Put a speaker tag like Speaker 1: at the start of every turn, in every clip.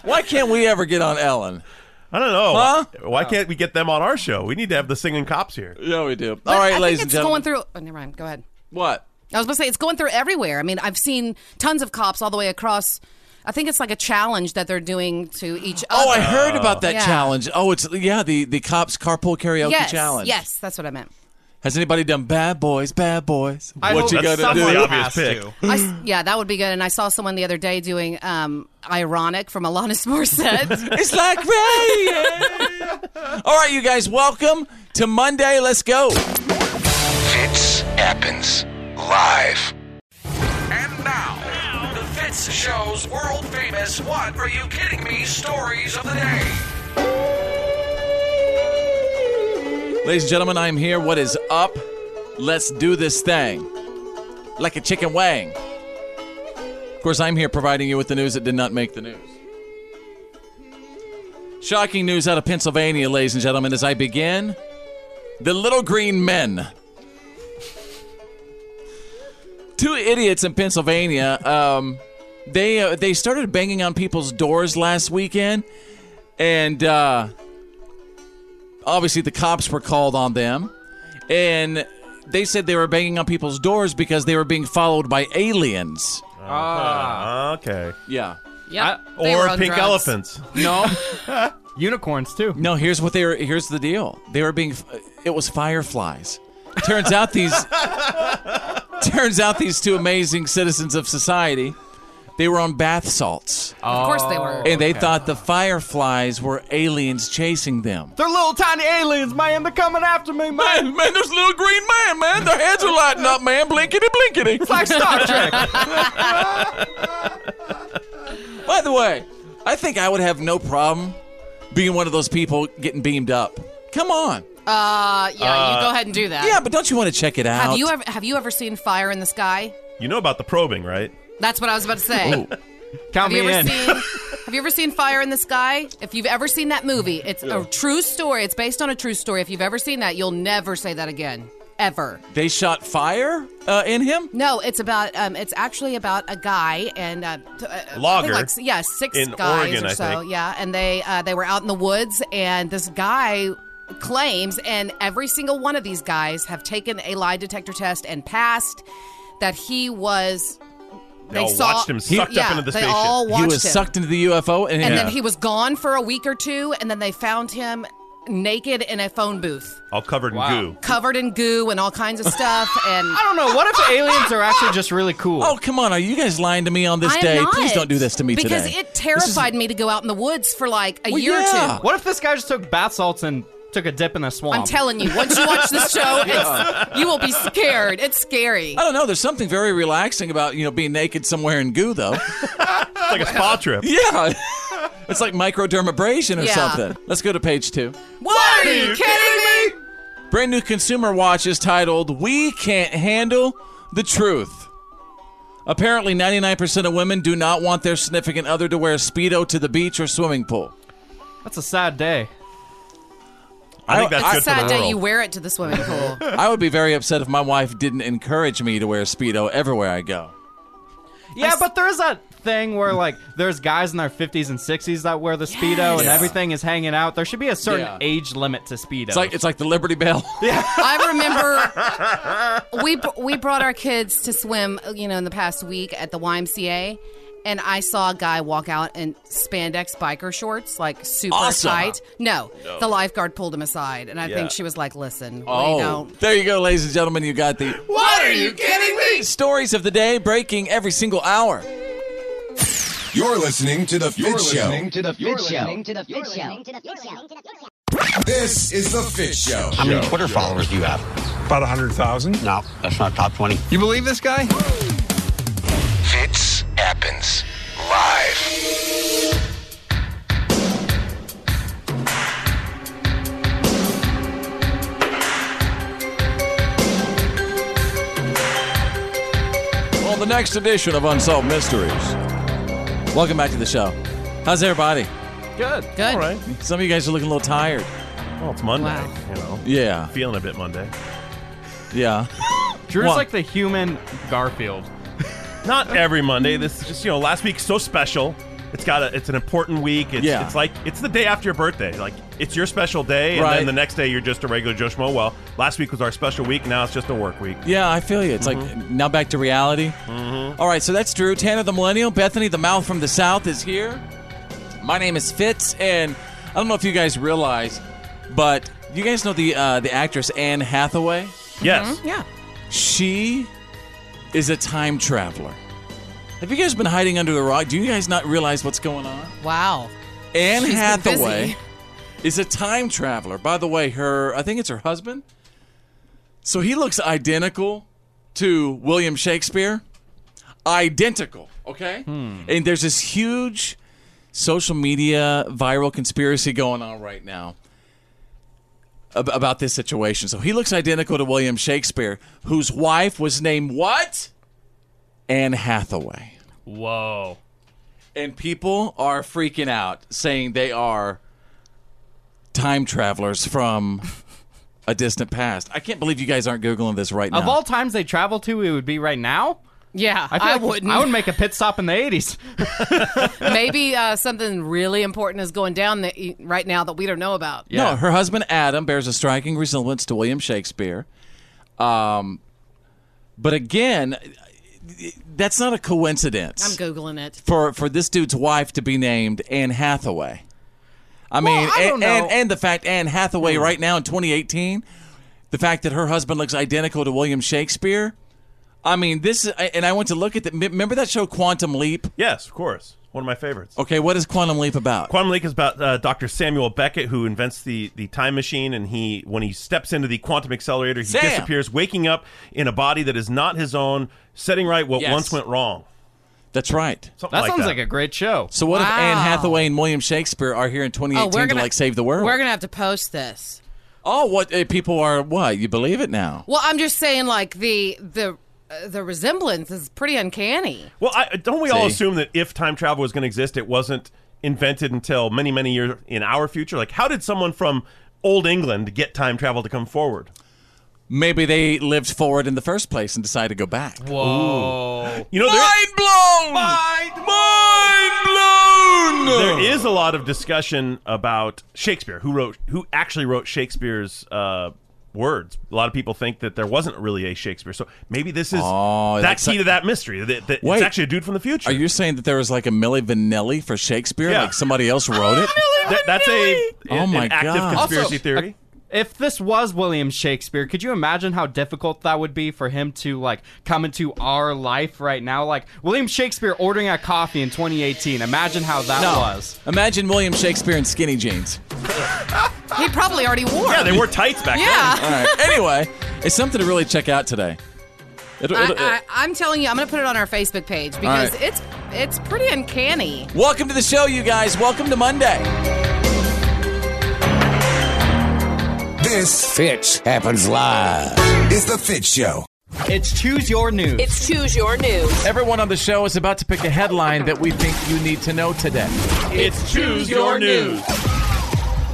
Speaker 1: Why can't we ever get on Ellen?
Speaker 2: I don't know.
Speaker 1: Huh?
Speaker 2: Why can't we get them on our show? We need to have the singing cops here.
Speaker 1: Yeah, we do.
Speaker 3: But
Speaker 1: All
Speaker 3: I
Speaker 1: right,
Speaker 3: think
Speaker 1: ladies and
Speaker 3: it's going
Speaker 1: gentlemen.
Speaker 3: through. Oh, never mind. Go ahead.
Speaker 1: what?
Speaker 3: I was going to say, it's going through everywhere. I mean, I've seen tons of cops all the way across. I think it's like a challenge that they're doing to each
Speaker 1: Oh, I
Speaker 3: other.
Speaker 1: heard about that
Speaker 3: Yeah.
Speaker 1: challenge. Oh, it's yeah, the the cops carpool karaoke
Speaker 3: yes,
Speaker 1: challenge.
Speaker 3: Yes, that's what I meant.
Speaker 1: Has anybody done bad boys? Bad boys.
Speaker 4: I
Speaker 1: what
Speaker 4: hope
Speaker 1: you
Speaker 2: That's
Speaker 1: gotta
Speaker 2: the
Speaker 1: do?
Speaker 2: obvious
Speaker 4: has
Speaker 2: pick.
Speaker 4: to.
Speaker 3: I s yeah, that would be good. And I saw someone the other day doing um, "Ironic" from Alanis Morissette.
Speaker 1: It's like rain. All right, you guys, welcome to Monday. Let's go.
Speaker 5: Fitz happens live.
Speaker 6: And now, the Fitz Show's world famous What Are You Kidding Me stories of the day.
Speaker 1: Ladies and gentlemen, I am here. What is up? Let's do this thing. Like a chicken wang. Of course, I'm here providing you with the news that did not make the news. Shocking news out of Pennsylvania, ladies and gentlemen, as I begin. The Little Green Men. Two idiots in Pennsylvania, um, they, uh, they started banging on people's doors last weekend and uh, obviously the cops were called on them, and they said they were banging on people's doors because they were being followed by aliens.
Speaker 2: Ah, okay.
Speaker 1: Yeah.
Speaker 4: Yep. They were
Speaker 2: Or
Speaker 4: on
Speaker 2: pink
Speaker 4: drugs.
Speaker 2: elephants.
Speaker 1: No.
Speaker 6: Unicorns too.
Speaker 1: No, here's what they were. Here's the deal. They were being. It was fireflies. Turns out these. turns out these two amazing citizens of society, they were on bath salts,
Speaker 4: Of course they were.
Speaker 1: and they thought the fireflies were aliens chasing them.
Speaker 6: They're little tiny aliens, man. They're coming after me, man.
Speaker 1: Man, man, there's a little green man, man. Their heads are lighting up, man. Blinkety, blinkety.
Speaker 6: It's like Star Trek.
Speaker 1: By the way, I think I would have no problem being one of those people getting beamed up. Come on.
Speaker 4: Uh, yeah, you go ahead and do that.
Speaker 1: Yeah, but don't you want to check it out?
Speaker 4: Uh, Have you ever have you ever seen fire in the sky?
Speaker 2: You know about the probing, right?
Speaker 4: That's what I was about to say.
Speaker 1: Oh.
Speaker 6: Count
Speaker 4: Have you
Speaker 6: me
Speaker 4: ever
Speaker 6: in.
Speaker 4: seen Have you ever seen Fire in the Sky? If you've ever seen that movie, it's a true story. It's based on a true story. If you've ever seen that, you'll never say that again. Ever.
Speaker 1: They shot fire uh, in him?
Speaker 4: No, it's about um, it's actually about a guy and uh, t- uh, I think
Speaker 2: Logger
Speaker 4: Like, s- yeah, six
Speaker 2: in
Speaker 4: guys
Speaker 2: Oregon,
Speaker 4: or
Speaker 2: I
Speaker 4: so.
Speaker 2: think.
Speaker 4: Yeah, and they uh, they were out in the woods, and this guy claims, and every single one of these guys have taken a lie detector test and passed that he was.
Speaker 2: They all watched him sucked up
Speaker 4: yeah,
Speaker 2: into the
Speaker 4: they
Speaker 2: spaceship.
Speaker 4: all
Speaker 2: He
Speaker 4: watched
Speaker 1: he was
Speaker 4: him.
Speaker 1: sucked into the UFO, and,
Speaker 4: and then he was gone for a week or two, and then they found him naked in a phone booth,
Speaker 2: All covered in
Speaker 6: Wow.
Speaker 2: goo.
Speaker 4: covered in goo and all kinds of stuff. And
Speaker 6: I don't know. What if aliens are actually just really cool?
Speaker 1: Oh come on! Are you guys lyying to me on this
Speaker 4: I am
Speaker 1: day?
Speaker 4: not.
Speaker 1: Please don't do this to me
Speaker 4: because
Speaker 1: today.
Speaker 4: it terrified me to go out in the woods for like a year
Speaker 1: yeah. Um,
Speaker 4: or two.
Speaker 6: What if this guy just took bath salts and took a dip in a swamp?
Speaker 4: I'm telling you, once you watch this show, it's, you will be scared. It's scary.
Speaker 1: I don't know. There's something very relaxing about you know being naked somewhere in goo, though.
Speaker 2: It's like a spa trip.
Speaker 1: yeah, it's like microdermabrasion or
Speaker 4: Yeah.
Speaker 1: something. Let's go to page two.
Speaker 4: What are you kidding me?
Speaker 1: Brand new consumer watch is titled "We Can't Handle the Truth." Apparently, 99% of women do not want their significant other to wear a speedo to the beach or swimming pool.
Speaker 6: That's a sad day.
Speaker 2: I think that's
Speaker 4: It's a
Speaker 2: good for
Speaker 4: sad
Speaker 2: the
Speaker 4: day
Speaker 2: world.
Speaker 4: you wear it to the swimming pool.
Speaker 1: I would be very upset if my wife didn't encourage me to wear a speedo everywhere I go.
Speaker 6: Yeah, but there is that thing where like there's guys in their 50s and 60s that wear the speedo and
Speaker 1: Yeah.
Speaker 6: everything is hanging out. There should be a certain
Speaker 1: Yeah.
Speaker 6: age limit to speedo.
Speaker 1: It's like it's like the Liberty Bell.
Speaker 4: I remember we br- we brought our kids to swim, you know, in the past week at the YMCA, and I saw a guy walk out in spandex biker shorts, like super
Speaker 1: Awesome.
Speaker 4: tight. No, the lifeguard pulled him aside, and I
Speaker 1: Yeah.
Speaker 4: think she was like, "Listen, we
Speaker 1: Oh,
Speaker 4: don't."
Speaker 1: there you go, ladies and gentlemen. You got the
Speaker 2: What are you kidding me?
Speaker 1: stories of the day breaking every single hour.
Speaker 7: You're listening to The Fit Show.
Speaker 8: to the fit show.
Speaker 7: This is The Fit Show.
Speaker 9: How many Twitter followers do you have?
Speaker 10: About 100,000?
Speaker 9: No, that's not top 20.
Speaker 8: You believe this guy?
Speaker 10: Fits happens live.
Speaker 1: Well, the next edition of Unsolved Mysteries. Welcome back to the show. How's everybody?
Speaker 6: good.
Speaker 4: Good.
Speaker 2: All right.
Speaker 1: Some of you guys are looking a little tired.
Speaker 2: Well, it's Monday.
Speaker 4: Wow.
Speaker 2: You know,
Speaker 1: Yeah,
Speaker 2: feeling a bit Monday.
Speaker 1: yeah.
Speaker 6: Drew's
Speaker 1: Well-
Speaker 6: like the human Garfield.
Speaker 2: Not every Monday. This is just you know last week's so special. It's got a. It's an important week. It's,
Speaker 1: Yeah.
Speaker 2: it's like it's the day after your birthday. Like it's your special day, and
Speaker 1: Right.
Speaker 2: then the next day you're just a regular Joe Schmo. Well, last week was our special week. Now it's just a work week.
Speaker 1: Yeah, I feel you. It's like now back to reality. Mm-hmm. right, so that's Drew Tanner, the Millennial. Bethany, the Mouth from the South, is here. My name is Fitz, and I don't know if you guys realize, but you guys know the uh, the actress Anne Hathaway.
Speaker 2: Yes.
Speaker 4: Yeah.
Speaker 1: She is a time traveler. Have you guys been hiding under the rock? Do you guys not realize what's going on?
Speaker 4: Wow.
Speaker 1: Anne
Speaker 4: She's been
Speaker 1: Hathaway
Speaker 4: busy.
Speaker 1: is a time traveler. By the way, her I think it's her husband. So he looks identical to William Shakespeare. Identical, okay?
Speaker 4: Hmm.
Speaker 1: And there's this huge social media viral conspiracy going on right now ab- about this situation. So he looks identical to William Shakespeare, whose wife was named what? Anne Hathaway
Speaker 6: Whoa.
Speaker 1: and people are freaking out saying they are time travelers from a distant past. I can't believe you guys aren't googling this right now.
Speaker 6: Of all times they travel to, it would be right now.
Speaker 4: Yeah, I,
Speaker 6: feel like
Speaker 4: wouldn't.
Speaker 6: I would make a pit stop in the 80s.
Speaker 4: Maybe uh, something really important is going down that, right now that we don't know about.
Speaker 1: No, her husband Adam bears a striking resemblance to William Shakespeare. Um, but again, that's not a coincidence.
Speaker 4: I'm googling it.
Speaker 1: for for this dude's wife to be named Anne Hathaway. I mean,
Speaker 4: I don't
Speaker 1: and, and
Speaker 4: know. Hmm.
Speaker 1: and the fact Anne Hathaway right now in 2018, the fact that her husband looks identical to William Shakespeare. I mean, this is- and I went to look at the. Remember that show Quantum Leap?
Speaker 2: Yes, of course. One of my favorites.
Speaker 1: Okay, what is Quantum Leap about?
Speaker 2: Quantum Leap is about uh, Dr. Samuel Beckett, who invents the, the time machine, and he when he steps into the quantum accelerator, he
Speaker 1: Sam!
Speaker 2: disappears, waking up in a body that is not his own, setting right what
Speaker 1: Yes.
Speaker 2: once went wrong.
Speaker 1: That's right.
Speaker 2: Something
Speaker 6: That
Speaker 2: like
Speaker 6: sounds
Speaker 2: that.
Speaker 6: like a great show.
Speaker 1: So what if
Speaker 4: Wow.
Speaker 1: Anne Hathaway and William Shakespeare are here in 2018 to like save the world?
Speaker 4: Oh, We're gonna have to post this.
Speaker 1: oh, what eh, people are? What you believe it now?
Speaker 4: Well, I'm just saying, like the the uh, the resemblance is pretty uncanny.
Speaker 2: Well, I, don't we all
Speaker 1: See?
Speaker 2: assume that if time travel was going to exist, it wasn't invented until many, many years in our future? Like, how did someone from old England get time travel to come forward?
Speaker 1: Maybe they lived forward in the first place and decided to go back.
Speaker 6: Whoa.
Speaker 2: You know, there,
Speaker 1: Mind blown! Mind blown!
Speaker 2: there is a lot of discussion about Shakespeare, who wrote, who actually wrote Shakespeare's uh, words. A lot of people think that there wasn't really a Shakespeare, so maybe this is
Speaker 1: Oh,
Speaker 2: that
Speaker 1: that's
Speaker 2: key
Speaker 1: like-
Speaker 2: to that mystery. That, that
Speaker 1: Wait.
Speaker 2: it's actually a dude from the future.
Speaker 1: Are you saying that there was like a Milli Vanilli for Shakespeare?
Speaker 2: Yeah.
Speaker 1: Like somebody else wrote it?
Speaker 2: That- that's a
Speaker 1: Oh
Speaker 2: an
Speaker 1: my
Speaker 2: active
Speaker 1: God.
Speaker 2: conspiracy
Speaker 6: Also,
Speaker 2: theory.
Speaker 6: If this was William Shakespeare, could you imagine how difficult that would be for him to like come into our life right now? Like William Shakespeare ordering a coffee in 2018. Imagine how that was.
Speaker 1: Imagine William Shakespeare in skinny jeans.
Speaker 4: He probably already wore.
Speaker 2: yeah, they wore tights back
Speaker 4: Yeah.
Speaker 1: All right. anyway, it's something to really check out today. uh, It- it- it-
Speaker 4: I, I, I'm telling you, I'm gonna put it on our Facebook page because
Speaker 1: right.
Speaker 4: it's it's pretty uncanny.
Speaker 1: Welcome to the show, you guys. Welcome to Monday.
Speaker 7: This Fitch happens live. It's the Fitch Show.
Speaker 6: It's choose your news.
Speaker 5: It's Choose Your News.
Speaker 1: Everyone on the show is about to pick a headline that we think you need to know today.
Speaker 2: then. It's choose your news.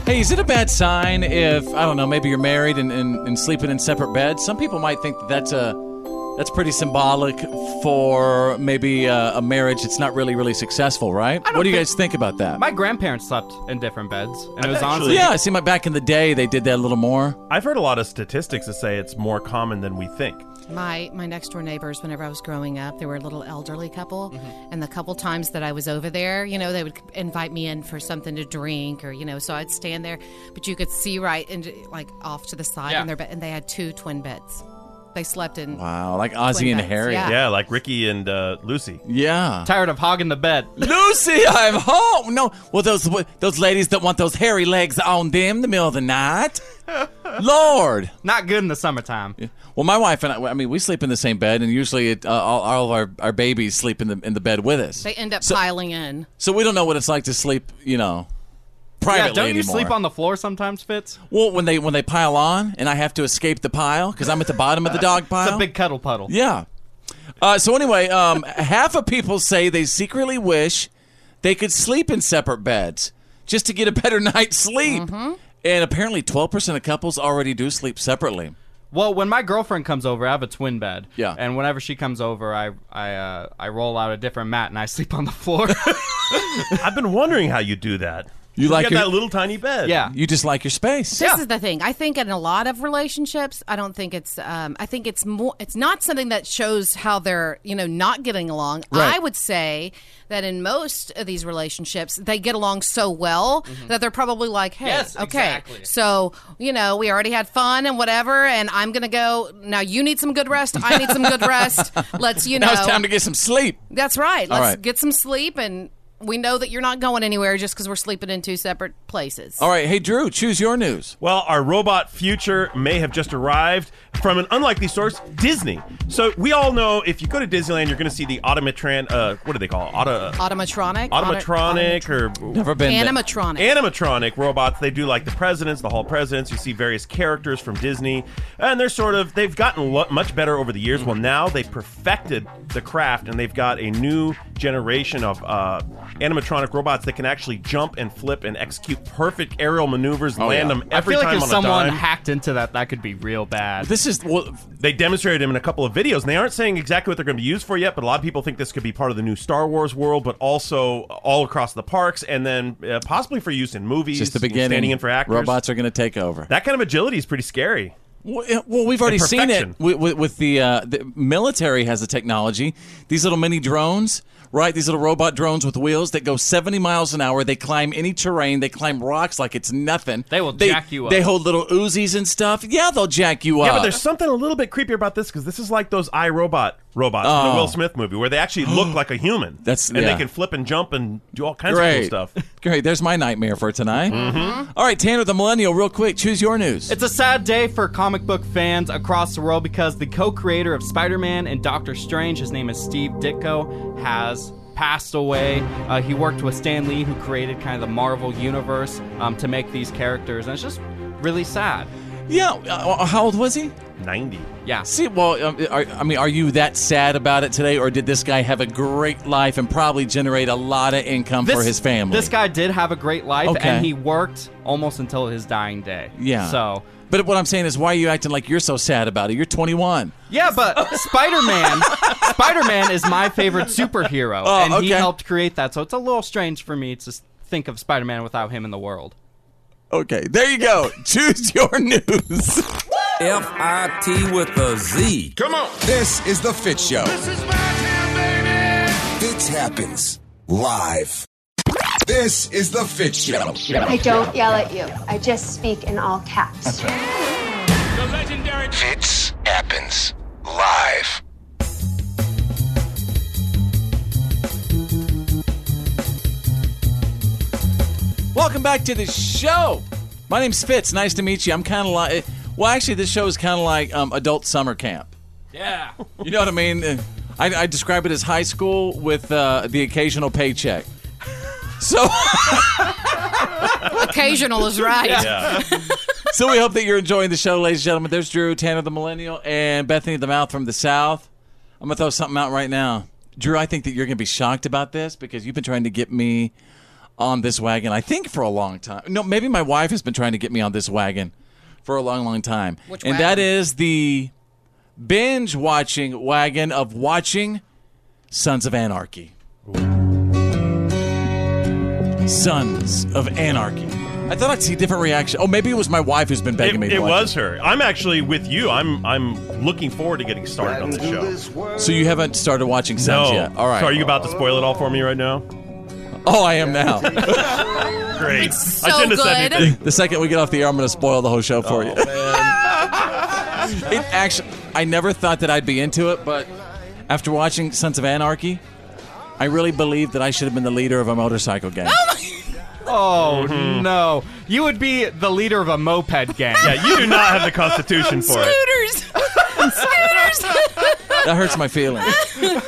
Speaker 1: Hey, is it a bad sign if I don't know? Maybe you're married and, and, and sleeping in separate beds. Some people might think that that's a that's pretty symbolic for maybe a, a marriage that's not really really successful, right? What do you guys think about that?
Speaker 6: My grandparents slept in different beds, and it was honestly
Speaker 1: yeah, it seemed like back in the day they did that a little more.
Speaker 2: I've heard a lot of statistics that say it's more common than we think.
Speaker 4: My my next door neighbors, whenever I was growing up, they were a little elderly couple, and the couple times that I was over there, you know, they would invite me in for something to drink or you know, so I'd stand there, but you could see right into like off to the side
Speaker 6: Yeah.
Speaker 4: in their bed, and they had two twin beds. They slept in.
Speaker 1: Wow, like Ozzy
Speaker 4: Twin
Speaker 1: and
Speaker 4: beds,
Speaker 1: Harry.
Speaker 4: yeah.
Speaker 2: Yeah, like Ricky and uh, Lucy.
Speaker 1: Yeah.
Speaker 6: tired of hogging the bed.
Speaker 1: Lucy, I'm home. No, well those those ladies that want those hairy legs on them in the middle of the night. Lord.
Speaker 6: Not good in the summertime.
Speaker 1: Well, my wife and I, I mean, we sleep in the same bed, and usually it, uh, all, all of our, our babies sleep in the, in the bed with us.
Speaker 4: They end up
Speaker 1: So-
Speaker 4: piling in.
Speaker 1: so we don't know what it's like to sleep, you know, privately
Speaker 6: Yeah, don't you
Speaker 1: anymore.
Speaker 6: sleep on the floor sometimes, Fitz?
Speaker 1: well, when they, when they pile on, and I have to escape the pile because I'm at the bottom of the dog pile.
Speaker 6: It's a big cuddle puddle.
Speaker 1: Yeah. Uh, so anyway, um, half of people say they secretly wish they could sleep in separate beds just to get a better night's sleep.
Speaker 4: Mm-hmm.
Speaker 1: And apparently, 12% of couples already do sleep separately.
Speaker 6: Well, when my girlfriend comes over, I have a twin bed.
Speaker 1: Yeah.
Speaker 6: And whenever she comes over, I I uh, I roll out a different mat and I sleep on the floor.
Speaker 2: I've been wondering how you do that. You,
Speaker 1: like
Speaker 2: got
Speaker 1: your-
Speaker 2: that little tiny bed.
Speaker 6: yeah.
Speaker 1: You just like your space.
Speaker 4: This is the thing. I think in a lot of relationships, I don't think it's. Um, I think it's more. It's not something that shows how they're you know not getting along.
Speaker 1: Right.
Speaker 4: I would say that in most of these relationships, they get along so well
Speaker 1: Mm-hmm.
Speaker 4: that they're probably like, hey,
Speaker 6: Yes,
Speaker 4: okay,
Speaker 6: exactly.
Speaker 4: so you know we already had fun and whatever, and I'm gonna go now. You need some good rest. I need some good rest. Let's you know.
Speaker 1: Now it's time to get some sleep.
Speaker 4: That's right.
Speaker 1: All
Speaker 4: Let's
Speaker 1: right.
Speaker 4: get some sleep and. We know that you're not going anywhere just because we're sleeping in two separate places.
Speaker 1: All right. Hey, Drew, choose your news.
Speaker 2: Well, our robot future may have just arrived from an unlikely source, Disney. So we all know if you go to Disneyland, you're going to see the automatron. Uh, what do they call it? Auto,
Speaker 4: Automatronic.
Speaker 2: automatronic or
Speaker 1: Never been there.
Speaker 4: Animatronic.
Speaker 2: animatronic robots. They do like the presidents, the hall presidents. You see various characters from Disney, and they're sort of
Speaker 6: Mm-hmm.
Speaker 2: they've gotten lo- much better over the years. Well, now they perfected the craft, and they've got a new generation of uh, animatronic robots that can actually jump and flip and execute perfect aerial maneuvers, land them every
Speaker 6: Oh, I feel
Speaker 2: time
Speaker 6: like if
Speaker 2: on
Speaker 6: someone
Speaker 2: a dime.
Speaker 6: hacked into that, that could be real bad.
Speaker 1: This is well,
Speaker 2: they demonstrated them in a couple of videos, and they aren't saying exactly what they're going to be used for yet. But a lot of people think this could be part of the new Star Wars world, but also all across the parks, and then uh, possibly for use in movies.
Speaker 1: Just the
Speaker 2: and
Speaker 1: beginning.
Speaker 2: Standing in for actors.
Speaker 1: Robots are going to take over.
Speaker 2: That kind of agility is pretty scary.
Speaker 1: Well, yeah, well, we've already seen it
Speaker 2: Imperfection.
Speaker 1: with, with, with the, uh, the military has the technology. These little mini drones, right? These little robot drones with wheels that go 70 miles an hour. They climb any terrain. They climb rocks like it's nothing. They will
Speaker 6: jack you up.
Speaker 1: They hold little Uzis and stuff. Yeah, they'll jack you up.
Speaker 2: Yeah, but there's something a little bit creepier about this because this is like those iRobot robots in
Speaker 1: Oh.
Speaker 2: the Will Smith movie where they actually look like a human.
Speaker 1: That's-
Speaker 2: and
Speaker 1: yeah.
Speaker 2: they can flip and jump and do all kinds
Speaker 1: Great.
Speaker 2: of cool stuff.
Speaker 1: Great. There's my nightmare for tonight. All right, Tanner the Millennial, real quick, choose your news.
Speaker 6: It's a sad day for comic book fans across the world because the co creator of Spider Man and Doctor Strange, his name is Steve Ditko, has passed away. Uh, he worked with Stan Lee, who created kind of the Marvel universe um, to make these characters, and it's just really sad.
Speaker 1: Yeah. Uh, how old was he?
Speaker 2: 90.
Speaker 6: Yeah.
Speaker 1: See, well, um, are, I mean, are you that sad about it today, or did this guy have a great life and probably generate a lot of income for his family?
Speaker 6: This guy did have a great life,
Speaker 1: Okay.
Speaker 6: and he worked almost until his dying day.
Speaker 1: Yeah.
Speaker 6: So.
Speaker 1: But what I'm saying is, why are you acting like you're so sad about it? You're 21.
Speaker 6: Yeah, but Spider Man, Spider Man is my favorite superhero,
Speaker 1: Oh,
Speaker 6: and he
Speaker 1: okay.
Speaker 6: helped create that. So it's a little strange for me to s- think of Spider Man without him in the world.
Speaker 1: Okay, there you go. Choose your news.
Speaker 5: F I T with a Z. Come on. This is the Fit Show. This is my town, baby. Fit happens live. This is the Fit Show.
Speaker 11: I don't yell at you. I just speak in all caps.
Speaker 10: The legendary Fits happens live.
Speaker 1: Welcome back to the show. My name's Fitz. Nice to meet you. I'm kind of like, well, actually, this show is kind of like um, adult summer camp.
Speaker 10: Yeah.
Speaker 1: You know what I mean? Uh, I, I describe it as high school with uh, the occasional paycheck. So,
Speaker 4: Occasional is right.
Speaker 1: so we hope that you're enjoying the show, ladies and gentlemen. There's Drew Tanner, the millennial, and Bethany, the mouth from the south. I'm gonna throw something out right now, Drew. I think that you're gonna be shocked about this because you've been trying to get me on this wagon. I think for a long time. No, maybe my wife has been trying to get me on this wagon for a long, long time.
Speaker 12: Which
Speaker 1: and
Speaker 12: wagon?
Speaker 1: that is the binge watching wagon of watching Sons of Anarchy. Sons of Anarchy. I thought I'd see different reaction. Oh, maybe it was my wife who's been begging
Speaker 2: It,
Speaker 1: me. to
Speaker 2: it
Speaker 1: watch
Speaker 2: was her. I'm actually with you. I'm I'm looking forward to getting started on the show.
Speaker 1: So you haven't started watching Sons
Speaker 2: No.
Speaker 1: yet? All right.
Speaker 2: So are you about to spoil it all for me right now?
Speaker 1: Oh, I am now.
Speaker 2: Great.
Speaker 1: It's
Speaker 2: I shouldn't have said anything.
Speaker 1: The second we get off the air, I'm going to spoil the whole show for
Speaker 2: Oh,
Speaker 1: you. it actually, I never thought that I'd be into it, but after watching Sons of Anarchy, I really believe that I should have been the leader of a motorcycle gang.
Speaker 6: Oh
Speaker 1: Mm-hmm.
Speaker 6: no, you would be the leader of a moped gang.
Speaker 2: Yeah, you do not have the constitution for it.
Speaker 4: Scooters. Scooters.
Speaker 1: That hurts my feelings. That really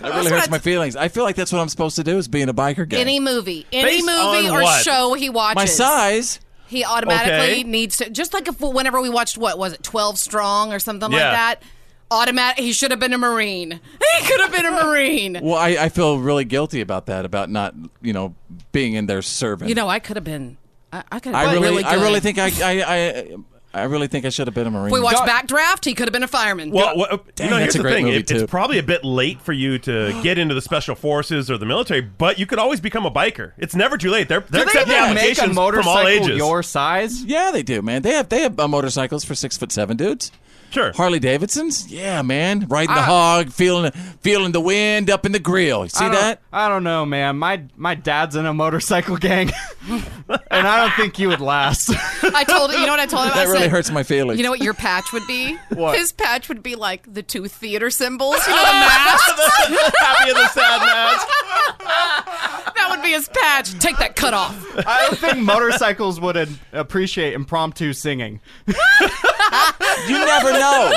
Speaker 4: That's
Speaker 1: hurts
Speaker 4: what
Speaker 1: my feelings. I feel like that's what I'm supposed to do is being a biker gang.
Speaker 4: Any movie, any
Speaker 1: Based
Speaker 4: movie
Speaker 1: on
Speaker 4: or
Speaker 1: what?
Speaker 4: show he watches,
Speaker 1: my size.
Speaker 4: he automatically
Speaker 1: Okay.
Speaker 4: needs to. Just like if whenever we watched what was it, Twelve Strong or something
Speaker 1: Yeah.
Speaker 4: like that. Automatic. He should have been a marine. He could have been a marine.
Speaker 1: Well, I, I feel really guilty about that, about not, you know, being in their service.
Speaker 4: You know, I could have been. I, I could have
Speaker 1: I
Speaker 4: been
Speaker 1: really,
Speaker 4: really.
Speaker 1: I
Speaker 4: good.
Speaker 1: really think I, I, I, I really think I should have been a marine.
Speaker 4: If we watched Backdraft, he could have been a fireman.
Speaker 2: Well, what,
Speaker 1: Dang,
Speaker 2: you know,
Speaker 1: that's
Speaker 2: here's
Speaker 1: a
Speaker 2: the
Speaker 1: great
Speaker 2: thing.
Speaker 1: movie,
Speaker 2: It-
Speaker 1: too.
Speaker 2: It's probably a bit late for you to get into the special forces or the military, but you could always become a biker. It's never too late. They're, they're
Speaker 6: Do they
Speaker 2: accepting
Speaker 6: even make a
Speaker 2: applications from all
Speaker 6: motorcycle
Speaker 2: ages.
Speaker 6: your size?
Speaker 1: Yeah, they do, man. They have they have uh, motorcycles for six foot seven dudes.
Speaker 2: Sure.
Speaker 1: Harley Davidsons. Yeah, man. Riding the
Speaker 4: Ah.
Speaker 1: hog, feeling feeling the wind up in the grill. You See
Speaker 6: I don't-
Speaker 1: that?
Speaker 6: I don't know, man. My my dad's in a motorcycle gang, and I don't think you would last.
Speaker 4: I told you know what I told him.
Speaker 6: That
Speaker 4: I
Speaker 6: really
Speaker 4: said,
Speaker 6: hurts my feelings.
Speaker 4: You know what your patch would be?
Speaker 6: What?
Speaker 4: His patch would be like the two theater symbols. You know the masks.
Speaker 6: happy and the sad mask.
Speaker 4: that would be his patch. Take that cut off.
Speaker 6: I don't think motorcycles would ad- appreciate impromptu singing.
Speaker 1: You never know.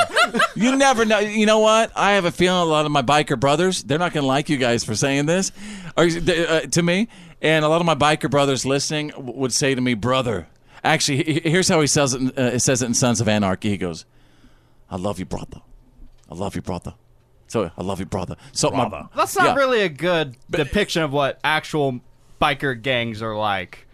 Speaker 1: You never know. You know what? I have a feeling a lot of my biker brothers, they're not going to like you guys for saying this or, uh, to me. And a lot of my biker brothers listening w- would say to me, brother, actually, he- he- here's how he says it, in, uh, says it in Sons of Anarchy. He goes, I love you, brother. I love you, brother. So I love you, brother. So my
Speaker 6: That's not
Speaker 1: Yeah.
Speaker 6: really a good depiction of what actual biker gangs are like.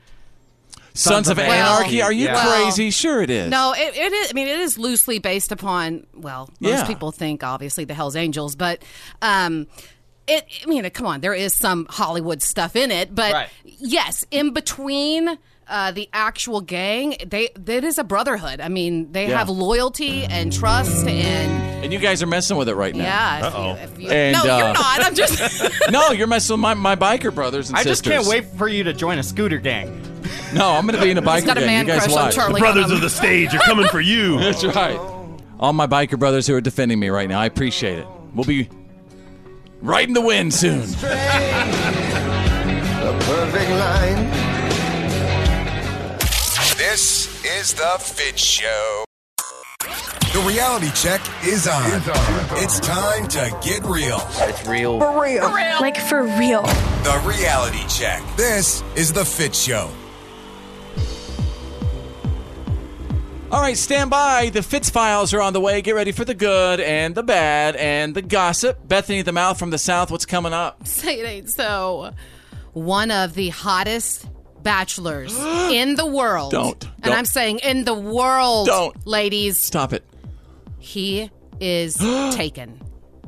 Speaker 1: Sons of Anarchy? Are you crazy? Sure it is.
Speaker 4: No, it, it is. I mean, it is loosely based upon. Well, most
Speaker 1: Yeah.
Speaker 4: people think obviously the Hell's Angels, but um, it. I mean, come on, there is some Hollywood stuff in it, but
Speaker 12: Right.
Speaker 4: yes, in between. Uh, the actual gang, they that is a brotherhood. I mean, they
Speaker 1: Yeah.
Speaker 4: have loyalty and trust, and
Speaker 1: And you guys are messing with it right now.
Speaker 4: Yeah, if
Speaker 1: Uh-oh.
Speaker 4: you-
Speaker 1: and,
Speaker 4: no,
Speaker 1: uh,
Speaker 4: you're not. I'm just
Speaker 1: no, you're messing with my, my biker brothers and
Speaker 6: I just
Speaker 1: sisters.
Speaker 6: can't wait for you to join a scooter gang.
Speaker 1: No, I'm going to be in a biker
Speaker 6: He's got a man
Speaker 1: gang. you guys
Speaker 6: crush on
Speaker 1: watch.
Speaker 6: Charlie The brothers Hunnam. of the stage are coming for you.
Speaker 1: That's right. All my biker brothers who are defending me right now, I appreciate it. We'll be riding the wind soon.
Speaker 7: The perfect line.
Speaker 5: This is the Fit Show. The reality check is on. It's time to get real. It's real.
Speaker 3: real. Like for real.
Speaker 5: The reality check. This is the Fit Show.
Speaker 1: All right, stand by. The Fitz files are on the way. Get ready for the good and the bad and the gossip. Bethany the Mouth from the South, what's coming up?
Speaker 4: Say it ain't so. One of the hottest bachelors in the world.
Speaker 1: Don't,
Speaker 4: And
Speaker 1: don't.
Speaker 4: I'm saying in the world.
Speaker 1: Don't.
Speaker 4: Ladies.
Speaker 1: Stop it.
Speaker 4: He is taken.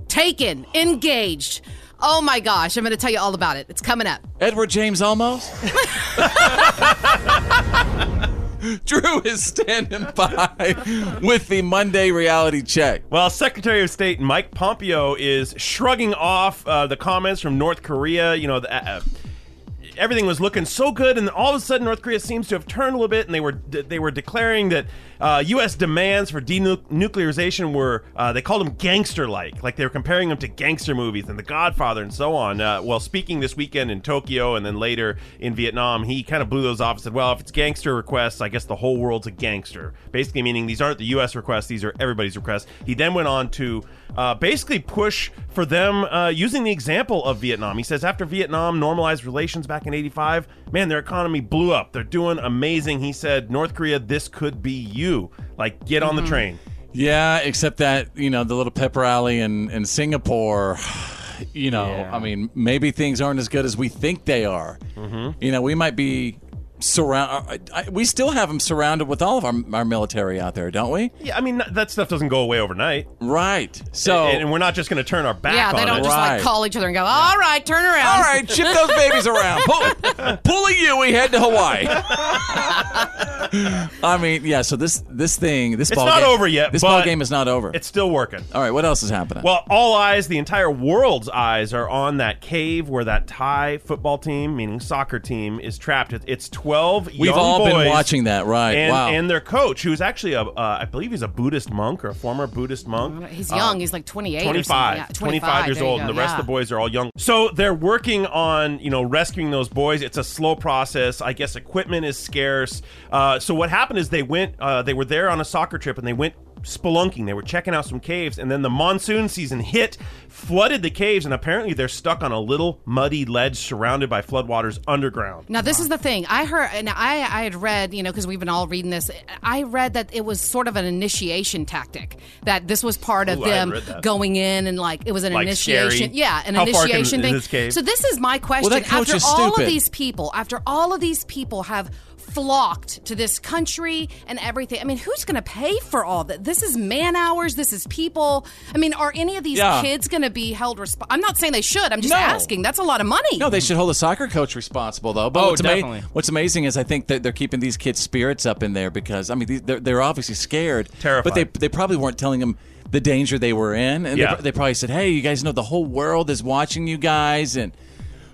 Speaker 4: Taken. Engaged. Oh my gosh. I'm going to tell you all about it. It's coming up.
Speaker 1: Edward James Olmos? Drew is standing by with the Monday reality check.
Speaker 2: Well, Secretary of State Mike Pompeo is shrugging off uh, the comments from North Korea. You know, the, uh, uh, everything was looking so good, and all of a sudden, North Korea seems to have turned a little bit, and they were they were declaring that uh, U.S. demands for denuclearization were uh, they called them gangster-like, like they were comparing them to gangster movies and The Godfather and so on. Uh, well, speaking this weekend in Tokyo and then later in Vietnam, he kind of blew those off and said, "Well, if it's gangster requests, I guess the whole world's a gangster." Basically, meaning these aren't the U.S. requests; these are everybody's requests. He then went on to uh, basically push for them uh, using the example of Vietnam. He says after Vietnam normalized relations back in 85, man, their economy blew up. They're doing amazing. He said, North Korea, this could be you. Like, get
Speaker 4: Mm-hmm.
Speaker 2: on the train.
Speaker 1: Yeah, except that, you know, the little pep rally in, in Singapore, you know, I mean, maybe things aren't as good as we think they are. Mm-hmm. You know, we might be surround. I, I, we still have them surrounded with all of our, our military out there, don't we?
Speaker 2: Yeah, I mean, that stuff doesn't go away overnight.
Speaker 1: Right. So,
Speaker 2: and, and we're not just going to turn our back
Speaker 4: yeah,
Speaker 2: on
Speaker 4: they don't
Speaker 2: it.
Speaker 4: just like call each other and go, all right, turn around.
Speaker 1: All right, ship those babies around. Pull, pull a Yui, head to Hawaii. I mean, yeah. So this this thing, this
Speaker 2: It's
Speaker 1: ball
Speaker 2: not
Speaker 1: game-
Speaker 2: over yet,
Speaker 1: This
Speaker 2: but
Speaker 1: ball game is not over.
Speaker 2: It's still working.
Speaker 1: All right, what else is happening?
Speaker 2: Well, all eyes, the entire world's eyes are on that cave where that Thai football team, meaning soccer team, is trapped. It- It's 12
Speaker 1: We've
Speaker 2: young
Speaker 1: all been
Speaker 2: boys
Speaker 1: watching that, right?
Speaker 2: And,
Speaker 1: wow.
Speaker 2: and their coach, who's actually a, uh, I believe he's a Buddhist monk or a former Buddhist monk.
Speaker 4: He's
Speaker 2: Uh,
Speaker 4: young. He's like 28. or something.
Speaker 2: 25,
Speaker 4: Yeah,
Speaker 2: 25 years
Speaker 4: There you
Speaker 2: old,
Speaker 4: go.
Speaker 2: and the rest
Speaker 4: Yeah.
Speaker 2: of the boys are all young. So they're working on, you know, rescuing those boys. It's a slow process. I guess equipment is scarce. Uh, so what happened is they went, uh, they were there on a soccer trip, and they went spelunking. They were checking out some caves, and then the monsoon season hit, flooded the caves, and apparently they're stuck on a little muddy ledge surrounded by floodwaters underground.
Speaker 4: Now this is the thing I heard, and I I had read, you know, because we've been all reading this. I read that it was sort of an initiation tactic that this was part of
Speaker 12: Ooh, I
Speaker 4: them
Speaker 12: read that.
Speaker 4: going in and like it was an
Speaker 12: Like
Speaker 4: initiation,
Speaker 12: scary.
Speaker 4: yeah, an
Speaker 12: How far can
Speaker 4: initiation thing.
Speaker 12: this cave?
Speaker 4: So this is my question:
Speaker 12: that coach
Speaker 4: after
Speaker 12: is
Speaker 4: all
Speaker 12: stupid.
Speaker 4: of these people, after all of these people have flocked to this country and everything, I mean, who's going to pay for all that? This is man hours. This is people. I mean, are any of these
Speaker 1: Yeah.
Speaker 4: kids going to be held responsible? I'm not saying they should. I'm just
Speaker 1: No.
Speaker 4: asking. That's a lot of money.
Speaker 1: No, they should hold the soccer coach responsible though. But
Speaker 4: Oh,
Speaker 1: what's, ama-
Speaker 4: definitely.
Speaker 1: what's amazing is I think that they're keeping these kids' spirits up in there because I mean these- they're, they're obviously scared, terrified. But they they probably weren't telling them the danger they were in, and they
Speaker 2: Yeah.
Speaker 1: pr- they, probably said, "Hey, you guys know the whole world is watching you guys," and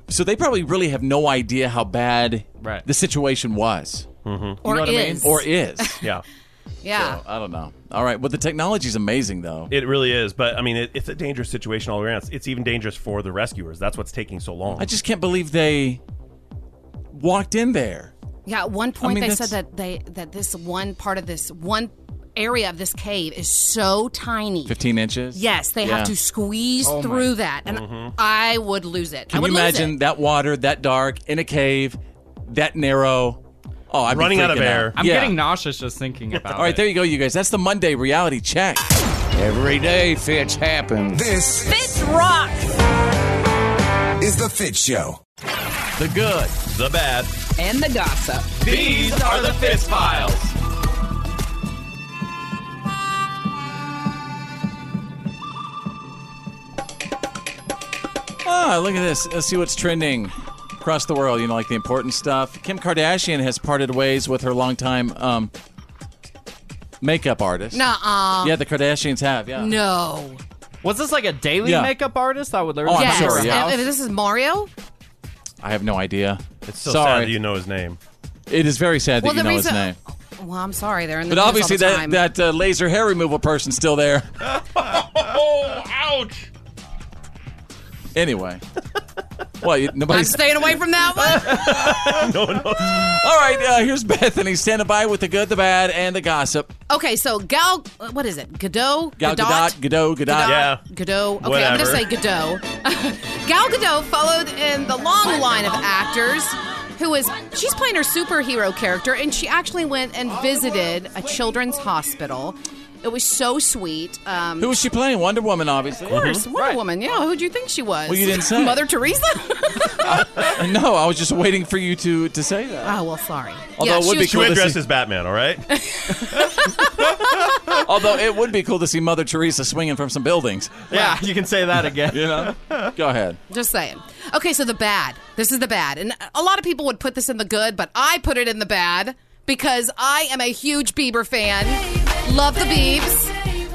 Speaker 1: so they probably really have no idea how bad the situation was, mm-hmm.
Speaker 4: Or is.
Speaker 1: or is.
Speaker 2: yeah.
Speaker 4: Yeah.
Speaker 1: I don't know. All right, but the technology's amazing though.
Speaker 2: It really is, but I mean, it, it's a dangerous situation all around. It's, it's even dangerous for the rescuers. That's what's taking so long.
Speaker 1: I just can't believe they walked in there.
Speaker 4: Yeah, at one point
Speaker 1: mean,
Speaker 4: they
Speaker 1: that's-
Speaker 4: said that they that this one part of this one area of this cave is so tiny.
Speaker 1: 15 inches?
Speaker 4: Yes, they
Speaker 1: Yeah.
Speaker 4: have to squeeze
Speaker 1: Oh my-
Speaker 4: through that, and
Speaker 1: Mhm.
Speaker 4: I would lose it. I
Speaker 1: Can you
Speaker 4: would lose it.
Speaker 1: imagine that water, that dark, in a cave, that narrow? Oh, I'm
Speaker 6: I'm getting nauseous just thinking about
Speaker 1: All right,
Speaker 6: it.
Speaker 1: there you go, you guys. That's the Monday reality check.
Speaker 12: Every day, fits happen.
Speaker 5: This
Speaker 12: Fitz rock.
Speaker 5: is The Fit Show.
Speaker 1: The good,
Speaker 2: the bad.
Speaker 13: And the gossip.
Speaker 2: These are the Fitz Files.
Speaker 1: Ah, look at this. Let's see what's trending across the world. You know, like the important stuff. Kim Kardashian has parted ways with her longtime um, makeup artist.
Speaker 4: Nuh-uh.
Speaker 1: Yeah, the Kardashians have. Yeah.
Speaker 4: Uh-uh. No.
Speaker 6: Was this like a daily
Speaker 1: Yeah.
Speaker 6: makeup artist that would learn?
Speaker 1: Oh, I'm
Speaker 4: yes.
Speaker 1: sure, yeah.
Speaker 4: Uh, This is Mario.
Speaker 1: I have no idea. It's
Speaker 2: so
Speaker 1: Sorry.
Speaker 2: sad that you know his name.
Speaker 1: It is very sad
Speaker 4: Well,
Speaker 1: that you
Speaker 4: the
Speaker 1: know
Speaker 4: reason-
Speaker 1: his name.
Speaker 4: Well, I'm sorry, they're in the
Speaker 1: But
Speaker 4: news all
Speaker 1: obviously,
Speaker 4: the
Speaker 1: that
Speaker 4: time.
Speaker 1: that uh, laser hair removal person's still there.
Speaker 4: Oh, ouch!
Speaker 1: Anyway. Well, you-
Speaker 4: I'm
Speaker 1: nobody's.
Speaker 4: staying away from that one.
Speaker 1: All right, uh, here's Bethany standing by with the good, the bad, and the gossip.
Speaker 4: Okay, so Gal, what is it? Godot.
Speaker 1: Gal
Speaker 4: Gadot?
Speaker 1: Gadot, Gadot, Gadot.
Speaker 4: Gadot? Gadot. Okay, I'm
Speaker 1: Whatever.
Speaker 4: gonna say Godot. Gal Gadot followed in the long line of actors who is she's playing her superhero character, and she actually went and visited a children's hospital. It was so sweet. Um,
Speaker 1: Who was she playing? Wonder Woman, obviously.
Speaker 4: Of course, Wonder Woman. Yeah, who do you think she was?
Speaker 1: Mm-hmm. Well, you didn't say.
Speaker 4: Mother Teresa.
Speaker 1: No, I was just waiting for you to, to say that.
Speaker 4: Oh well, sorry.
Speaker 1: Although it would be
Speaker 2: she
Speaker 1: cool
Speaker 2: would
Speaker 1: to
Speaker 2: dress
Speaker 1: see-
Speaker 2: as Batman, all right?
Speaker 1: Although it would be cool to see Mother Teresa swinging from some buildings.
Speaker 6: Yeah, you can say that again.
Speaker 1: you know? Go ahead.
Speaker 4: Just saying. Okay, so the bad. This is the bad. And a lot of people would put this in the good, but I put it in the bad because I am a huge Bieber fan. Love the Biebs.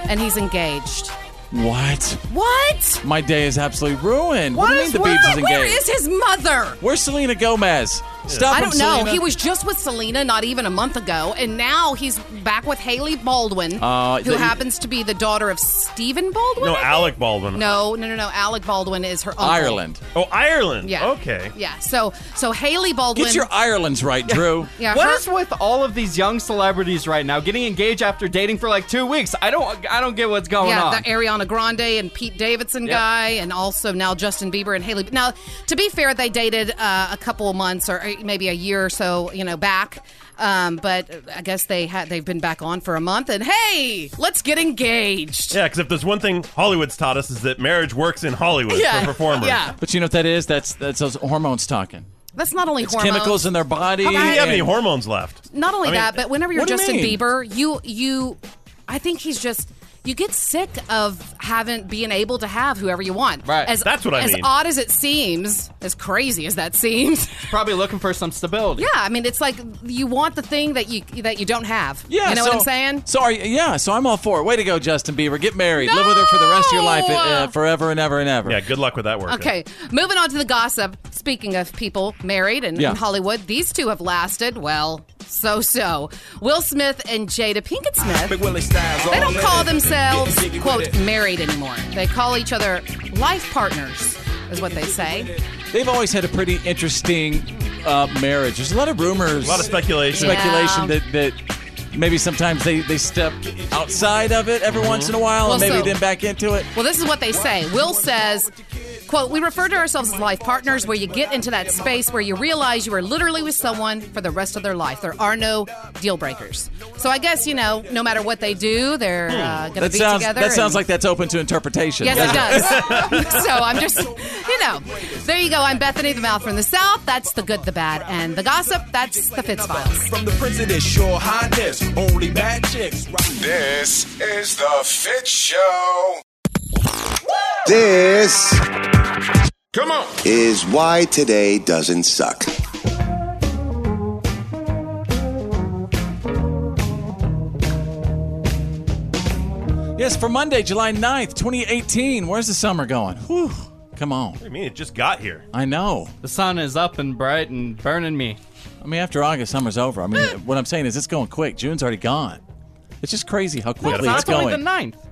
Speaker 4: And he's engaged.
Speaker 1: What?
Speaker 4: What?
Speaker 1: My day is absolutely ruined. What, do you mean
Speaker 4: is
Speaker 1: the Beebs is
Speaker 4: wrong?
Speaker 1: engaged?
Speaker 4: Where is his mother?
Speaker 1: Where's Selena Gomez? Stop
Speaker 4: I
Speaker 1: him,
Speaker 4: don't know.
Speaker 1: Selena.
Speaker 4: He was just with Selena not even a month ago, and now he's back with Haley Baldwin,
Speaker 2: Uh,
Speaker 4: who
Speaker 2: the-
Speaker 4: happens to be the daughter of Stephen Baldwin.
Speaker 2: No,
Speaker 4: I think?
Speaker 2: Alec Baldwin.
Speaker 4: No, no, no, no. Alec Baldwin is her uncle.
Speaker 1: Ireland.
Speaker 2: Oh, Ireland.
Speaker 4: Yeah.
Speaker 2: Okay.
Speaker 4: Yeah. So, so Haley Baldwin.
Speaker 1: Get your Ireland's right, Drew.
Speaker 4: Yeah,
Speaker 6: What
Speaker 4: her-
Speaker 6: is with all of these young celebrities right now getting engaged after dating for like two weeks? I don't, I don't get what's going
Speaker 4: yeah,
Speaker 6: on.
Speaker 4: the Ariana Grande and Pete Davidson
Speaker 6: Yep.
Speaker 4: guy, and also now Justin Bieber and Haley. Now, to be fair, they dated uh, a couple of months or uh, maybe a year or so, you know, back. Um, but I guess they had they've been back on for a month, and hey, let's get engaged.
Speaker 2: Yeah, because if there's one thing Hollywood's taught us is that marriage works in Hollywood
Speaker 4: Yeah,
Speaker 2: for performers.
Speaker 4: yeah.
Speaker 1: But you know what that is? That's that's those hormones talking.
Speaker 4: That's not only
Speaker 1: It's
Speaker 4: hormones.
Speaker 1: chemicals in their body.
Speaker 4: How about-
Speaker 1: and-
Speaker 4: Do you have any
Speaker 2: hormones left?
Speaker 4: Not only
Speaker 1: I mean,
Speaker 4: that, but whenever you're
Speaker 1: what do you
Speaker 4: Justin
Speaker 1: mean?
Speaker 4: Bieber, you you, I think he's just. You get sick of having being able to have whoever you want. Right. As,
Speaker 6: That's what I
Speaker 4: as
Speaker 6: mean.
Speaker 4: odd as it seems, as crazy as that seems,
Speaker 6: Probably looking for some stability.
Speaker 4: Yeah, I mean, it's like you want the thing that you that you don't have.
Speaker 1: Yeah,
Speaker 4: you know
Speaker 1: so,
Speaker 4: what I'm saying?
Speaker 1: Sorry, yeah. So I'm all for it. Way to go, Justin Bieber. Get married. Live with her for the rest of your life, uh, forever and ever and ever. Yeah.
Speaker 2: Good luck with that work.
Speaker 4: Okay, moving on to the gossip. Speaking of people married and
Speaker 1: Yeah.
Speaker 4: in Hollywood, these two have lasted well, so so. Will Smith and Jada Pinkett Smith. They don't call themselves quote married anymore. They call each other life partners, is what they say.
Speaker 1: They've always had a pretty interesting uh, marriage. There's a lot of rumors,
Speaker 2: A lot of speculation.
Speaker 1: speculation
Speaker 4: Yeah.
Speaker 1: that that maybe sometimes they they step outside of it every once in a while,
Speaker 4: Well,
Speaker 1: and maybe
Speaker 4: so-
Speaker 1: then back into it.
Speaker 4: Well, this is what they say. Will says, quote, we refer to ourselves as life partners where you get into that space where you realize you are literally with someone for the rest of their life. There are no deal breakers. So I guess, you know, no matter what they do, they're uh,
Speaker 1: Hmm.
Speaker 4: going to
Speaker 1: That
Speaker 4: be
Speaker 1: sounds
Speaker 4: together.
Speaker 1: that sounds
Speaker 4: and-
Speaker 1: like that's open to interpretation.
Speaker 4: Yes, it does. so I'm just, you know, there you go. I'm Bethany the Mouth from the South. That's the good, the bad, and the gossip. That's the Fitz Files.
Speaker 14: From the prison is your highness. Only bad chicks.
Speaker 5: This is The Fit Show. This
Speaker 14: Come on.
Speaker 5: is why today doesn't suck.
Speaker 1: Yes, for Monday, July 9th, 2018. Where's the summer going? Whew. Come on.
Speaker 2: I mean, it just got here.
Speaker 1: I know.
Speaker 6: The sun is up and bright and burning me.
Speaker 1: I mean, after August, summer's over. I mean, what I'm saying is it's going quick. June's already gone. It's just crazy how
Speaker 6: No, it's
Speaker 1: quickly
Speaker 6: not.
Speaker 1: it's
Speaker 6: It's only
Speaker 1: going.
Speaker 6: the ninth.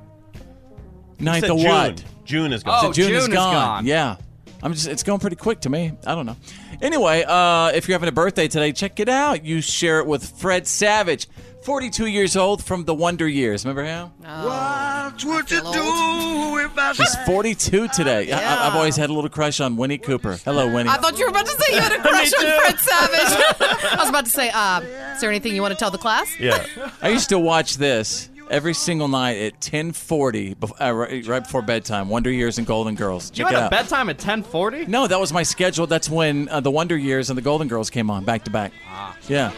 Speaker 1: Ninth
Speaker 2: said
Speaker 1: of
Speaker 2: June.
Speaker 1: what?
Speaker 2: June is
Speaker 6: gone.
Speaker 1: So
Speaker 6: Oh,
Speaker 1: June, is,
Speaker 6: June is
Speaker 1: gone.
Speaker 6: gone.
Speaker 1: Yeah. I'm just it's going pretty quick to me. I don't know. Anyway, uh, if you're having a birthday today, check it out. You share it with Fred Savage, 42 years old from the Wonder Years. Remember him?
Speaker 10: What would you do if I
Speaker 1: He's 42 today.
Speaker 6: Oh,
Speaker 1: I- I, have always had a little crush on Winnie Cooper. Hello, Winnie.
Speaker 4: I thought you were about to say you had a crush on Fred Savage. I was about to say, uh, is there anything you want to tell the class?
Speaker 2: Yeah.
Speaker 1: I used to watch this every single night at 10:40, bef- uh, right, right before bedtime. Wonder Years and Golden Girls.
Speaker 6: You
Speaker 1: Check
Speaker 6: had
Speaker 1: it
Speaker 6: a
Speaker 1: out.
Speaker 6: bedtime at 10:40?
Speaker 1: No, that was my schedule. That's when uh, the Wonder Years and the Golden Girls came on back to back.
Speaker 6: Ah.
Speaker 1: Yeah.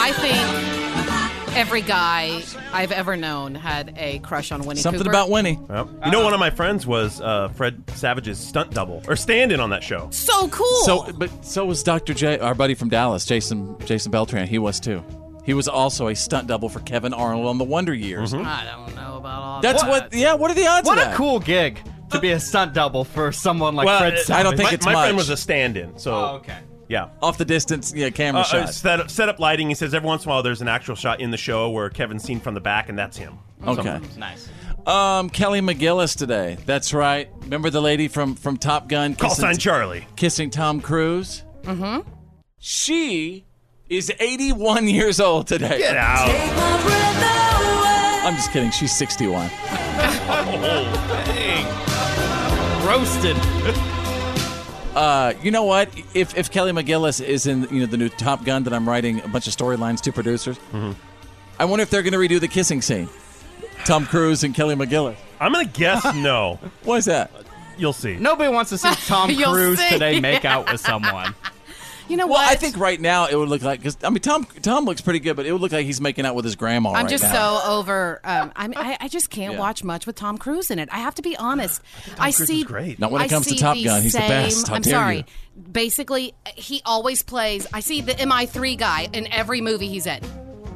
Speaker 4: I think every guy I've ever known had a crush on Winnie Cooper.
Speaker 1: Winnie.
Speaker 2: you know, one of my friends was uh, Fred Savage's stunt double or stand-in on that show.
Speaker 4: So cool.
Speaker 1: So, but so was Dr. J, our buddy from Dallas, Jason Jason Beltran. He was too. He was also a stunt double for Kevin Arnold on the Wonder Years.
Speaker 4: I don't know about all
Speaker 1: That's
Speaker 4: that.
Speaker 1: what. Yeah. What are the odds?
Speaker 6: Mm-hmm. What
Speaker 1: of
Speaker 6: a
Speaker 1: that?
Speaker 6: cool gig to be a stunt double for someone like
Speaker 1: Well,
Speaker 6: Fred.
Speaker 1: it- I don't think
Speaker 6: Savage. Oh,
Speaker 1: it's
Speaker 2: my
Speaker 1: much. Oh,
Speaker 2: friend was a stand-in, so
Speaker 6: okay.
Speaker 2: yeah,
Speaker 1: off the distance, yeah, camera
Speaker 2: uh, uh,
Speaker 1: shot.
Speaker 2: set, up, set up lighting. He says every once in a while there's an actual shot in the show where Kevin's seen from the back, and that's him.
Speaker 1: Okay.
Speaker 6: Nice.
Speaker 1: Um, Kelly McGillis today. That's right. Remember the lady from from Top Gun?
Speaker 2: Call sign Charlie.
Speaker 1: Kissing Tom Cruise.
Speaker 4: Mm-hmm.
Speaker 1: She is 81 years old today.
Speaker 2: Get out.
Speaker 1: I'm just kidding. She's 61.
Speaker 2: Oh, dang.
Speaker 6: Roasted.
Speaker 1: Uh, you know what? If if Kelly McGillis is in you know the new Top Gun that I'm writing a bunch of storylines to producers,
Speaker 2: Mm-hmm.
Speaker 1: I wonder if they're going to redo the kissing scene. Tom Cruise and Kelly McGillis.
Speaker 2: I'm gonna guess no.
Speaker 1: Why's that?
Speaker 2: You'll see.
Speaker 6: Nobody wants to see Tom
Speaker 4: You'll
Speaker 6: Cruise
Speaker 4: see.
Speaker 6: today make out with someone.
Speaker 4: You know
Speaker 1: Well,
Speaker 4: what?
Speaker 1: I think right now it would look like because I mean Tom Tom looks pretty good, but it would look like he's making out with his grandma.
Speaker 4: I'm
Speaker 1: right
Speaker 4: just
Speaker 1: now.
Speaker 4: so over. Um, I'm, I I just can't
Speaker 1: Yeah.
Speaker 4: watch much with Tom Cruise in it. I have to be honest. I
Speaker 1: Cruise
Speaker 4: see.
Speaker 1: is great. Not when it comes to
Speaker 4: see
Speaker 1: Top
Speaker 4: the
Speaker 1: Gun. He's the
Speaker 4: same-
Speaker 1: best. How
Speaker 4: I'm
Speaker 1: dare
Speaker 4: sorry.
Speaker 1: you.
Speaker 4: Basically, he always plays. I see the MI3 guy in every movie he's in.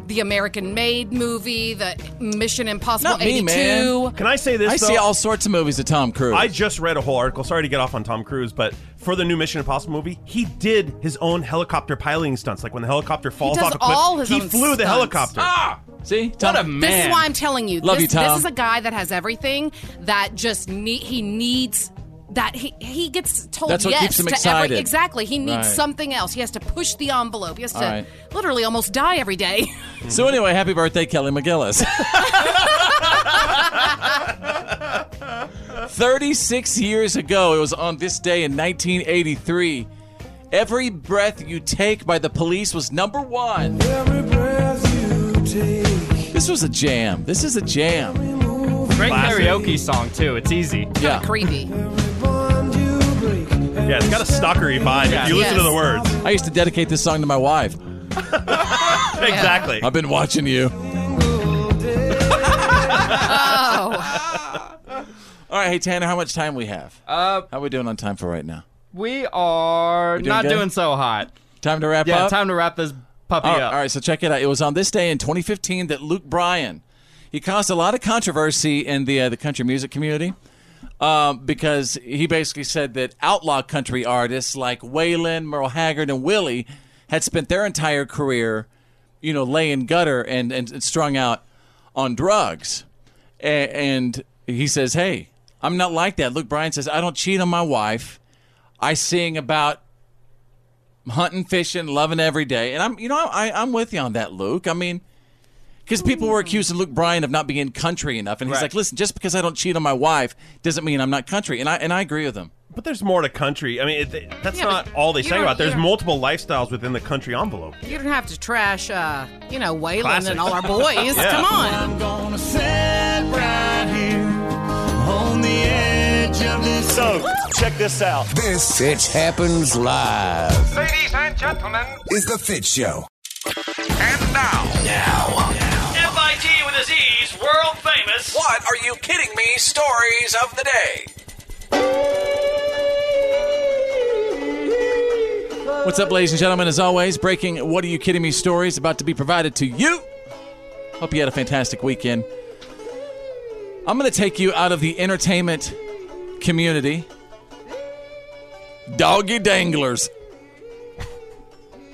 Speaker 4: The American Made movie, the Mission Impossible
Speaker 1: Not me,
Speaker 4: 82.
Speaker 1: man.
Speaker 2: Can I say this?
Speaker 1: I see
Speaker 2: though?
Speaker 1: all sorts of movies of Tom Cruise.
Speaker 2: I just read a whole article. Sorry to get off on Tom Cruise, but for the new Mission Impossible movie, he did his own helicopter piloting stunts. Like when the helicopter falls
Speaker 4: does
Speaker 2: off a cliff,
Speaker 4: all his
Speaker 2: he
Speaker 4: own
Speaker 2: flew the
Speaker 4: stunts.
Speaker 2: helicopter.
Speaker 4: Ah!
Speaker 1: see,
Speaker 6: What a
Speaker 1: Tom-
Speaker 4: This is why I'm telling you.
Speaker 1: Love
Speaker 4: this,
Speaker 1: you, Tom.
Speaker 4: This is a guy that has everything that just need. He needs that. He he gets told
Speaker 1: That's what
Speaker 4: yes
Speaker 1: keeps him
Speaker 4: to
Speaker 1: excited.
Speaker 4: every. Exactly. He needs
Speaker 1: Right.
Speaker 4: something else. He has to push the envelope. He has to
Speaker 1: All right.
Speaker 4: literally almost die every day.
Speaker 1: So anyway, happy birthday, Kelly McGillis. Thirty-six years ago, it was on this day in 1983. Every breath you take by the police was number one. Every breath you take. This was a jam. This is a jam.
Speaker 6: Great
Speaker 1: Classic.
Speaker 6: karaoke song too. It's easy.
Speaker 1: Yeah.
Speaker 4: Creepy.
Speaker 2: Yeah, it's got a stalkery vibe if you listen
Speaker 4: Yes.
Speaker 2: to the words.
Speaker 1: I used to dedicate this song to my wife.
Speaker 2: Exactly.
Speaker 1: I've been watching you.
Speaker 4: oh.
Speaker 1: All right, hey Tanner, how much time we have?
Speaker 6: Uh,
Speaker 1: How we doing on time for right now?
Speaker 6: we are
Speaker 1: doing
Speaker 6: not
Speaker 1: good?
Speaker 6: doing so hot.
Speaker 1: Time to wrap
Speaker 6: Yeah,
Speaker 1: up.
Speaker 6: time to wrap this puppy
Speaker 1: Oh, All right,
Speaker 6: up.
Speaker 1: all right, so check it out. It was on this day in 2015 that Luke Bryan, he caused a lot of controversy in the uh, the country music community um, because he basically said that outlaw country artists like Waylon, Merle Haggard, and Willie had spent their entire career, you know, laying gutter and and, and strung out on drugs, A- and he says, "Hey, I'm not like that." Luke Bryan says, "I don't cheat on my wife. I sing about." hunting, fishing, loving every day. And I'm, you know, I, I'm with you on that, Luke. I mean, because people were accusing Luke Bryan of not being country enough, and he's
Speaker 6: Right.
Speaker 1: like, listen, just because I don't cheat on my wife doesn't mean I'm not country. And I and I agree with him.
Speaker 2: But there's more to country. I mean, it, it- that's
Speaker 4: Yeah,
Speaker 2: not
Speaker 4: but
Speaker 2: all they
Speaker 4: you
Speaker 2: sang
Speaker 4: don't-
Speaker 2: about. There's
Speaker 4: you don't-
Speaker 2: multiple lifestyles within the country envelope.
Speaker 4: You don't have to trash, uh, you know, Waylon
Speaker 2: Classic.
Speaker 4: and all our boys.
Speaker 2: Yeah.
Speaker 4: Come on.
Speaker 12: I'm gonna sit right here on the edge of this. So, check this out.
Speaker 5: This Fitch happens live.
Speaker 10: Ladies and gentlemen,
Speaker 5: Is the Fit Show.
Speaker 10: and now,
Speaker 8: FIT with a Z's world famous.
Speaker 10: what are you kidding me? Stories of the day.
Speaker 1: What's up, ladies and gentlemen? As always, breaking what are you kidding me stories about to be provided to you. Hope you had a fantastic weekend. I'm going to take you out of the entertainment community. Doggy danglers.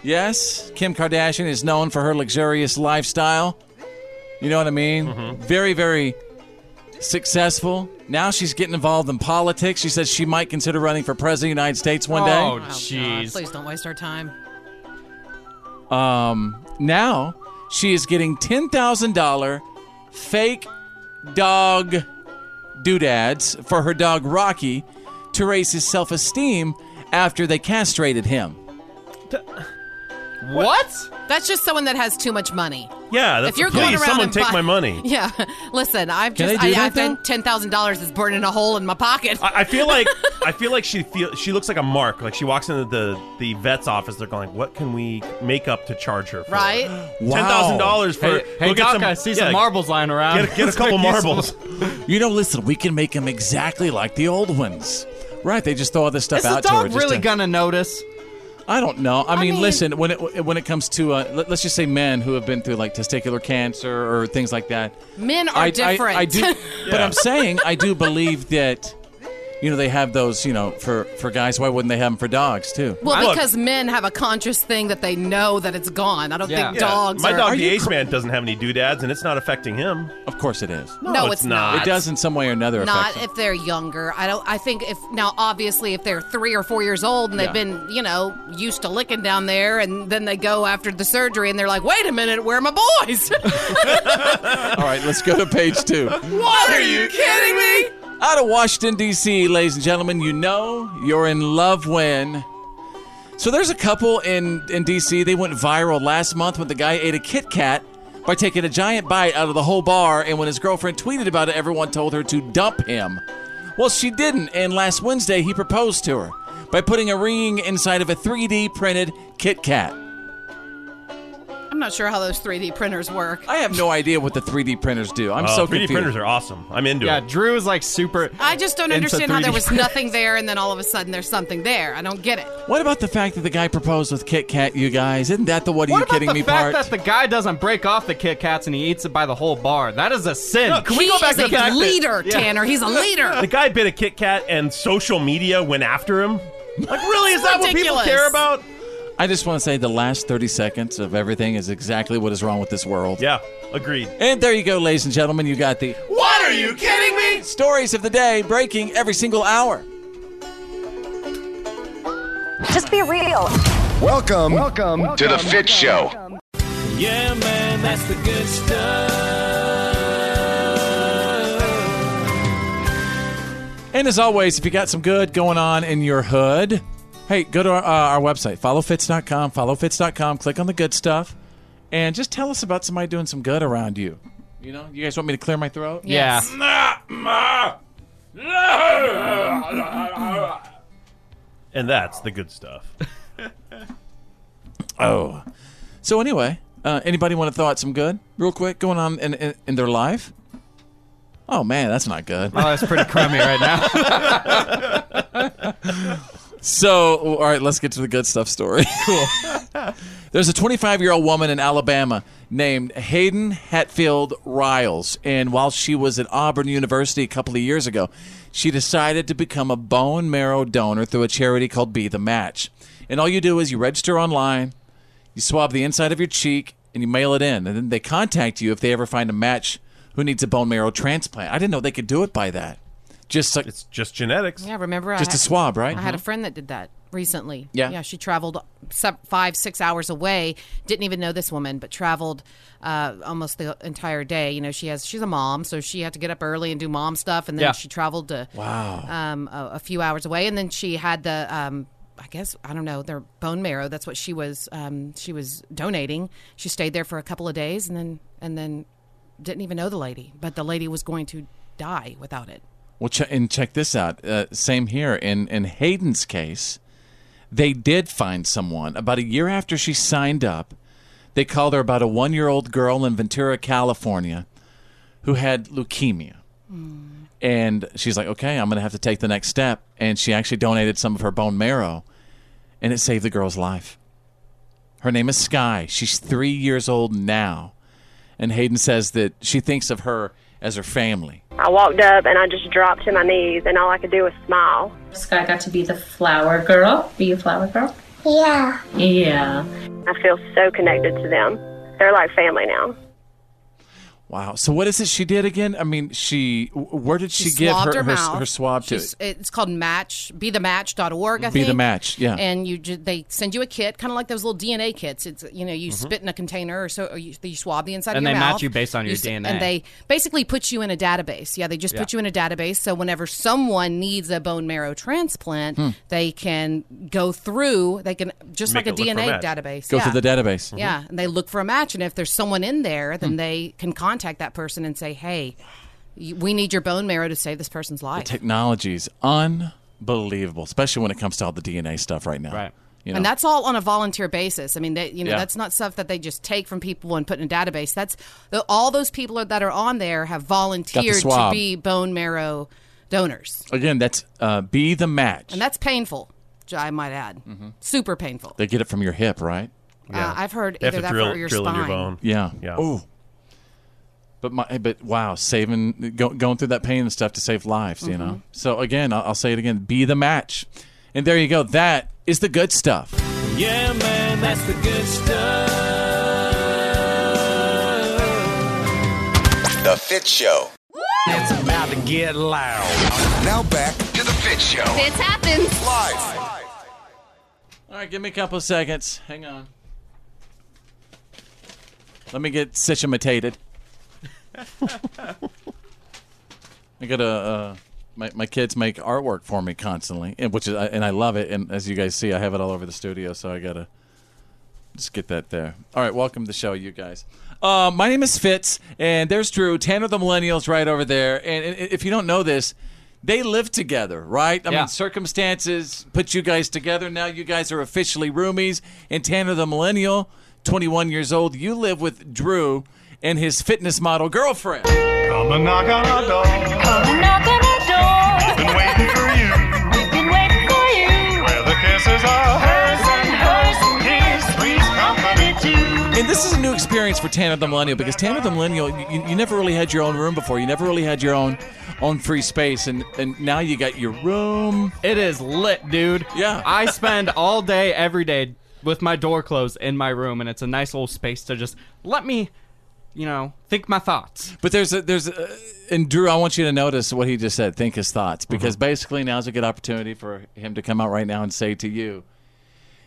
Speaker 1: Yes, Kim Kardashian is known for her luxurious lifestyle. You know what I mean? Very, very successful. Now she's getting involved in politics. She says she might consider running for president of the United States one day.
Speaker 6: Oh jeez.
Speaker 4: Please don't waste our time.
Speaker 1: Um, now she is getting ten thousand dollar fake dog doodads for her dog Rocky to raise his self esteem after they castrated him.
Speaker 6: what?
Speaker 4: That's just someone that has too much money.
Speaker 2: Yeah, that's
Speaker 4: if you're
Speaker 2: please,
Speaker 4: going around
Speaker 2: someone
Speaker 4: and
Speaker 2: take
Speaker 4: buy-
Speaker 2: my money.
Speaker 4: Yeah, listen, I've
Speaker 2: Can
Speaker 4: just
Speaker 2: they do
Speaker 4: I,
Speaker 2: that,
Speaker 4: I've been ten thousand dollars is burning a hole in my pocket.
Speaker 2: I feel like I feel like she feel she looks like a mark. Like she walks into the the vet's office. They're going, "What can we make up to charge her?" For?
Speaker 4: right?
Speaker 2: Ten thousand dollars for.
Speaker 1: Hey- hey,
Speaker 2: go get
Speaker 1: Doc,
Speaker 2: some-
Speaker 1: I see some
Speaker 2: yeah,
Speaker 1: marbles
Speaker 6: lying around.
Speaker 2: Get, get a couple marbles.
Speaker 1: You know, listen, we can make them exactly like the old ones. Right? They just throw all this stuff
Speaker 6: Is the
Speaker 1: out to her.
Speaker 6: dog
Speaker 1: just
Speaker 6: really
Speaker 1: to-
Speaker 6: gonna notice?
Speaker 1: I don't know. I, mean, listen, when it when it comes to uh, let, us just say men who have been through like testicular cancer or things like that.
Speaker 4: Men are
Speaker 1: I, I-
Speaker 4: different.
Speaker 1: I, do, but I'm saying I do believe that you know they have those. You know, for for guys, why wouldn't they have them for dogs too?
Speaker 4: well, because men have a conscious thing that they know that it's gone. I don't think dogs.
Speaker 2: My
Speaker 4: are,
Speaker 2: dog, the Ace Man, doesn't have any doodads, and it's not affecting him.
Speaker 1: Of course, it is.
Speaker 4: No, it's not.
Speaker 1: It does in some way or another
Speaker 4: Not
Speaker 1: affect them.
Speaker 4: if they're younger. I don't. I think if now, obviously, if they're three or four years old and
Speaker 1: Yeah.
Speaker 4: they've been, you know, used to licking down there, and then they go after the surgery and they're like, "Wait a minute, where are my boys?"
Speaker 1: All right, let's go to page two.
Speaker 4: what are you kidding me?
Speaker 1: Out of Washington, D.C., ladies and gentlemen, you know you're in love when. So there's a couple in, in D.C., they went viral last month when the guy ate a Kit Kat by taking a giant bite out of the whole bar, and when his girlfriend tweeted about it, everyone told her to dump him. Well, she didn't, and last Wednesday he proposed to her by putting a ring inside of a 3D printed Kit Kat.
Speaker 4: I'm not sure how those 3D printers work.
Speaker 1: I have no idea what the 3D printers do. I'm
Speaker 6: Uh,
Speaker 2: Oh,
Speaker 1: so
Speaker 2: 3D
Speaker 1: confused.
Speaker 2: printers are awesome. I'm into
Speaker 6: yeah,
Speaker 2: it.
Speaker 6: Drew is like super.
Speaker 4: I just don't
Speaker 6: into
Speaker 4: understand how there
Speaker 6: 3D
Speaker 4: was nothing there, and then all of a sudden there's something there. I don't get it.
Speaker 1: What about the fact that the guy proposed with Kit Kat, you guys? Isn't that the what are
Speaker 6: What
Speaker 1: you
Speaker 6: about
Speaker 1: kidding
Speaker 6: the
Speaker 1: me
Speaker 6: fact
Speaker 1: part?
Speaker 6: that the guy doesn't break off the Kit Kats and he eats it by the whole bar? That is a sin.
Speaker 4: No, can we He go back is to the a fact that- leader, Yeah. Tanner. He's a leader.
Speaker 2: the guy bit a Kit Kat, and social media went after him. Like, really? Is that what people
Speaker 4: Ridiculous.
Speaker 2: care about?
Speaker 1: I just want to say the last 30 seconds of everything is exactly what is wrong with this world.
Speaker 2: Yeah, agreed.
Speaker 1: And there you go, ladies and gentlemen. You got the
Speaker 2: What are you kidding me?
Speaker 1: stories of the day breaking every single hour.
Speaker 13: Just be real.
Speaker 5: Welcome,
Speaker 13: Welcome
Speaker 5: to the Fit Show.
Speaker 13: Yeah, man, that's the good stuff.
Speaker 1: And as always, if you got some good going on in your hood, hey, go to our, uh, our website, followfits.com, followfits.com, click on the good stuff, and just tell us about somebody doing some good around you. You know, you guys want me to clear my throat?
Speaker 6: Yeah.
Speaker 2: And that's the good stuff.
Speaker 1: Oh. So anyway, uh, anybody want to throw out some good real quick going on in, in, in their life? Oh man, that's not good.
Speaker 6: Oh, that's pretty crummy right
Speaker 1: now. so, all right, let's get to the good stuff story. Cool. There's a 25 year old woman in Alabama named Hayden Hatfield Riles. And while she was at Auburn University a couple of years ago, she decided to become a bone marrow donor through a charity called Be the Match. And all you do is you register online, you swab the inside of your cheek, and you mail it in. And then they contact you if they ever find a match who needs a bone marrow transplant. I didn't know they could do it by that. Just like, it's
Speaker 2: just genetics.
Speaker 4: Yeah, remember? I
Speaker 1: Just a
Speaker 4: had-
Speaker 1: swab, right?
Speaker 4: I had a
Speaker 1: Mhm.
Speaker 4: friend that did that recently.
Speaker 1: Yeah.
Speaker 4: Yeah, she traveled sub- five, six hours away. Didn't even know this woman, but traveled uh, almost the entire day. You know, she has she's a mom, so she had to get up early and do mom stuff, and then
Speaker 1: Yeah.
Speaker 4: she traveled to
Speaker 1: Wow.
Speaker 4: um, a, a few hours away, and then she had the. Um, I guess I don't know their bone marrow. That's what she was. Um, she was donating. She stayed there for a couple of days, and then and then didn't even know the lady. But the lady was going to die without it.
Speaker 1: Well, ch- and check this out. Uh, same here. In in Hayden's case, they did find someone about a year after she signed up. They called her about a one year old girl in Ventura, California, who had leukemia. And she's like, okay, I'm going to have to take the next step. And she actually donated some of her bone marrow, and it saved the girl's life. Her name is Sky. She's three years old now. And Hayden says that she thinks of her as her family.
Speaker 15: I walked up and I just dropped to my knees, and all I could do was smile.
Speaker 16: Sky got to be the flower girl. Be a flower girl?
Speaker 15: Yeah.
Speaker 16: Yeah.
Speaker 15: I feel so connected to them. They're like family now.
Speaker 1: Wow. So what is it she did again? I mean, she w- where did she,
Speaker 4: She
Speaker 1: give
Speaker 4: swabbed
Speaker 1: her
Speaker 4: her
Speaker 1: her,
Speaker 4: mouth.
Speaker 1: her swab to?
Speaker 4: She's- It's called Match, be the match.org, I
Speaker 1: Be the
Speaker 4: think.
Speaker 1: Match, yeah.
Speaker 4: And you ju- they send you a kit, kind of like those little DNA kits. It's you know you
Speaker 1: Mm-hmm.
Speaker 6: Mhm.
Speaker 4: spit in a container or so or you, you swab the inside of
Speaker 6: And
Speaker 4: your
Speaker 6: they
Speaker 4: mouth.
Speaker 6: match you based on your
Speaker 4: s-
Speaker 6: DNA.
Speaker 4: And they basically put you in a database. Yeah, they just put
Speaker 6: Yeah.
Speaker 4: you in a database. So whenever someone needs a bone marrow transplant,
Speaker 1: Hmm.
Speaker 4: they can go through. They can just
Speaker 1: Make
Speaker 4: like a
Speaker 1: it look for a
Speaker 4: DNA
Speaker 1: match.
Speaker 4: database.
Speaker 1: Go
Speaker 4: yeah.
Speaker 1: through the database.
Speaker 4: Yeah, and they look for a match, and if there's someone in there,
Speaker 1: Hmm.
Speaker 4: then they can contact that person and say, "Hey, y- we need your bone marrow to save this person's life."
Speaker 1: Technology is unbelievable, especially when it comes to all the DNA stuff right now. Right. You know,
Speaker 4: And that's all on a volunteer basis. I mean, they, you know,
Speaker 1: Yeah.
Speaker 4: that's not stuff that they just take from people and put in a database. That's the, all those people are, that are on there have volunteered to
Speaker 1: swab.
Speaker 4: be bone marrow donors,
Speaker 1: again, that's uh, be the match.
Speaker 4: and that's painful. j- I might add, super painful.
Speaker 1: Mm-hmm. They get it from your hip, right?
Speaker 4: Uh, I've heard either that or your spine.
Speaker 1: Yeah.
Speaker 2: Yeah.
Speaker 1: Ooh. But my, eh, but wow, saving, go, going through that pain and stuff to save lives, you know.
Speaker 4: Mm-hmm.
Speaker 1: So again, I'll, I'll say it again: be the match, and there you go. That is the good stuff.
Speaker 13: Yeah, man, that's the good stuff.
Speaker 5: The Fit Show.
Speaker 14: It's about to get loud.
Speaker 5: Now back to The Fit Show.
Speaker 17: Fits happens.
Speaker 5: Live.
Speaker 1: All right, give me a couple seconds. Hang on. Let me get systematated. I gotta. Uh, my my kids make artwork for me constantly, and which is and I love it. And as you guys see, I have it all over the studio, so I gotta just get that there. All right, welcome to the show, you guys. Uh, my name is Fitz, and there's Drew. Tanner the Millennials right over there. And, and if you don't know this, they live together, right? I
Speaker 6: Yeah.
Speaker 1: mean, circumstances put you guys together. Now you guys are officially roomies. And Tanner the Millennial, 21 years old, you live with Drew and his fitness model girlfriend. Come and knock on our door.
Speaker 13: Come knock on our door. Been waiting for you. We've been waiting for you. Where the kisses are hers and hers and his. Sweet company too.
Speaker 1: And this is a new experience for Tanner the Millennial because Tanner the Millennial, you, you never really had your own room before. You never really had your own own free space, and and now you got your room.
Speaker 6: It is lit, dude.
Speaker 1: Yeah.
Speaker 6: I spend all day, every day, with my door closed in my room, and it's a nice little space to just let me, you know, think my thoughts.
Speaker 1: But there's a, there's a, and Drew, I want you to notice what he just said. Think his thoughts
Speaker 6: Mm-hmm.
Speaker 1: because basically now's a good opportunity for him to come out right now and say to you,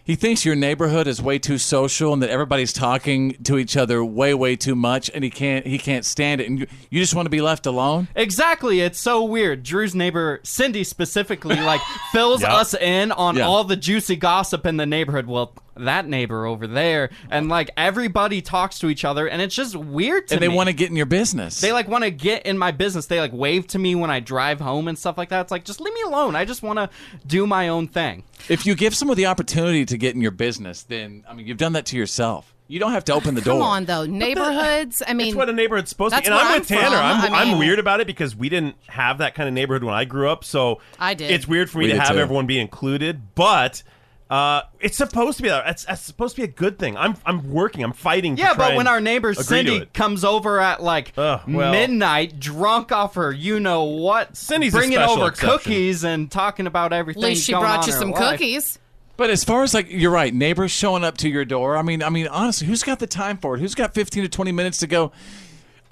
Speaker 1: he thinks your neighborhood is way too social and that everybody's talking to each other way way too much, and he can't he can't stand it, and you, you just want to be left alone.
Speaker 6: Exactly. It's so weird. Drew's neighbor, Cindy specifically, like fills
Speaker 1: Yeah.
Speaker 6: us in on
Speaker 1: Yeah.
Speaker 6: all the juicy gossip in the neighborhood. Well, that neighbor over there, and like everybody talks to each other, and it's just weird to
Speaker 1: And they
Speaker 6: me.
Speaker 1: want to get in your business.
Speaker 6: They like want to get in my business. They like wave to me when I drive home and stuff like that. It's like just leave me alone. I just want to do my own thing.
Speaker 1: If you give someone the opportunity to get in your business, then I mean you've done that to yourself. You don't have to open the
Speaker 4: Come
Speaker 1: door.
Speaker 4: on, though, neighborhoods. I mean,
Speaker 2: That's what a neighborhood's supposed
Speaker 4: that's
Speaker 2: to. And
Speaker 4: where
Speaker 2: I'm with
Speaker 4: I'm
Speaker 2: Tanner. I'm,
Speaker 4: from. I mean-
Speaker 2: I'm weird about it because we didn't have that kind of neighborhood when I grew up. So
Speaker 4: I did.
Speaker 2: It's weird for me
Speaker 1: We
Speaker 2: to
Speaker 1: did
Speaker 2: have
Speaker 1: too.
Speaker 2: everyone be included, but uh, it's supposed to be that. It's, it's supposed to be a good thing. I'm I'm working. I'm fighting. to
Speaker 6: Yeah, but
Speaker 2: try
Speaker 6: when
Speaker 2: and
Speaker 6: our neighbor
Speaker 2: agree to
Speaker 6: Cindy
Speaker 2: it.
Speaker 6: comes over at like
Speaker 2: well.
Speaker 6: midnight, drunk off her, you know what?
Speaker 1: a
Speaker 6: bringing
Speaker 1: special
Speaker 6: over
Speaker 1: exception.
Speaker 6: cookies and talking about everything. going on in her life.
Speaker 1: But as far as like you're right, neighbors showing up to your door. I mean, I mean, honestly, who's got the time for it? Who's got 15 to 20 minutes to go?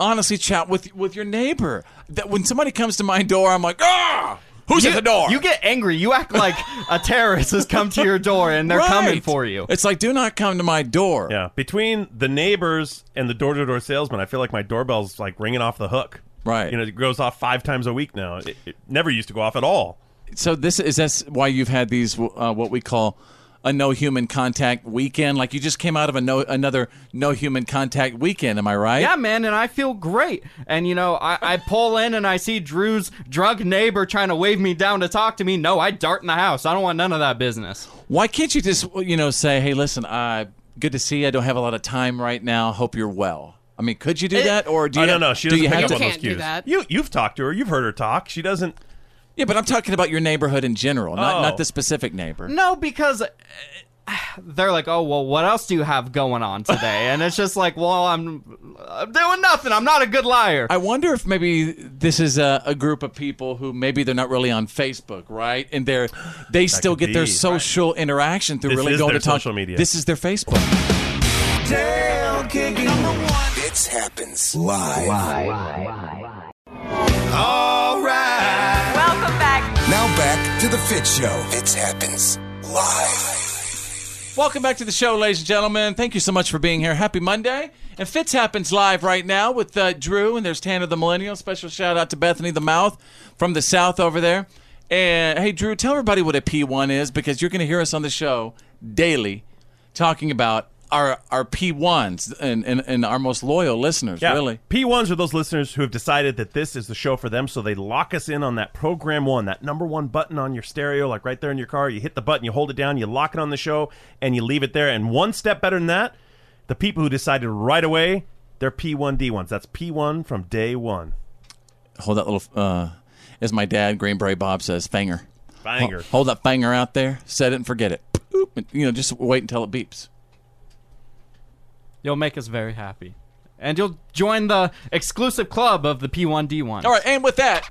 Speaker 1: Honestly, chat with with your neighbor. That when somebody comes to my door, I'm like, ah, who's at the door?
Speaker 6: You get angry. You act like a terrorist has come to your door and they're
Speaker 1: Right.
Speaker 6: coming for you.
Speaker 1: It's like, do not come to my door.
Speaker 2: Yeah, between the neighbors and the door-to-door salesman, I feel like my doorbell's like ringing off the hook.
Speaker 1: Right.
Speaker 2: You know, it goes off five times a week now. It, it never used to go off at all.
Speaker 1: So this is that's why you've had these uh, what we call a no human contact weekend. Like you just came out of a no another no human contact weekend. Am I right?
Speaker 6: Yeah, man, and I feel great. And you know, I, I pull in and I see Drew's drunk neighbor trying to wave me down to talk to me. No, I dart in the house. I don't want none of that business.
Speaker 1: Why can't you just you know say, hey, listen, uh, good to see you. I don't have a lot of time right now. Hope you're well. I mean, could you do that, or do
Speaker 2: Eh, I
Speaker 1: you?
Speaker 2: don't know. She
Speaker 1: do
Speaker 2: doesn't
Speaker 1: you
Speaker 2: pick
Speaker 1: have
Speaker 2: up
Speaker 1: to-
Speaker 2: on those cues. You you've talked to her. You've heard her talk. She doesn't.
Speaker 1: Yeah, but I'm talking about your neighborhood in general, not
Speaker 2: Oh.
Speaker 1: not the specific neighbor.
Speaker 6: No, because uh, they're like, oh, well, what else do you have going on today? And it's just like, well, I'm, I'm doing nothing. I'm not a good liar.
Speaker 1: I wonder if maybe this is a, a group of people who maybe they're not really on Facebook, right? And they're they still
Speaker 2: could
Speaker 1: get their
Speaker 2: be, right.
Speaker 1: social interaction through
Speaker 2: This
Speaker 1: really
Speaker 2: is
Speaker 1: going
Speaker 2: their
Speaker 1: to talk.
Speaker 2: social media.
Speaker 1: This is their Facebook.
Speaker 14: Down kicking. Number one.
Speaker 5: Fits happens live.
Speaker 13: All right. Welcome back.
Speaker 5: Now back to the Fit Show. Fits happens live.
Speaker 1: Welcome back to the show, ladies and gentlemen. Thank you so much for being here. Happy Monday. And Fitz happens live right now with uh, Drew, and there's Tana the Millennial. Special shout out to Bethany the Mouth from the South over there. And hey, Drew, tell everybody what a P1 is because you're going to hear us on the show daily talking about our our P1s and, and, and our most loyal listeners,
Speaker 2: Yeah.
Speaker 1: really.
Speaker 2: P1s are those listeners who have decided that this is the show for them, so they lock us in on that program one, that number one button on your stereo, like right there in your car. You hit the button, you hold it down, you lock it on the show, and you leave it there. And one step better than that, the people who decided right away, they're P1D1s. That's P1 from day one.
Speaker 1: Hold that little, uh, as my dad, Green Beret Bob says, fanger.
Speaker 2: Fanger.
Speaker 1: Ho- Hold that fanger out there, set it and forget it. Boop, and, you know, just wait until it beeps.
Speaker 6: You'll make us very happy. And you'll join the exclusive club of the P1D1.
Speaker 1: All right, and with that,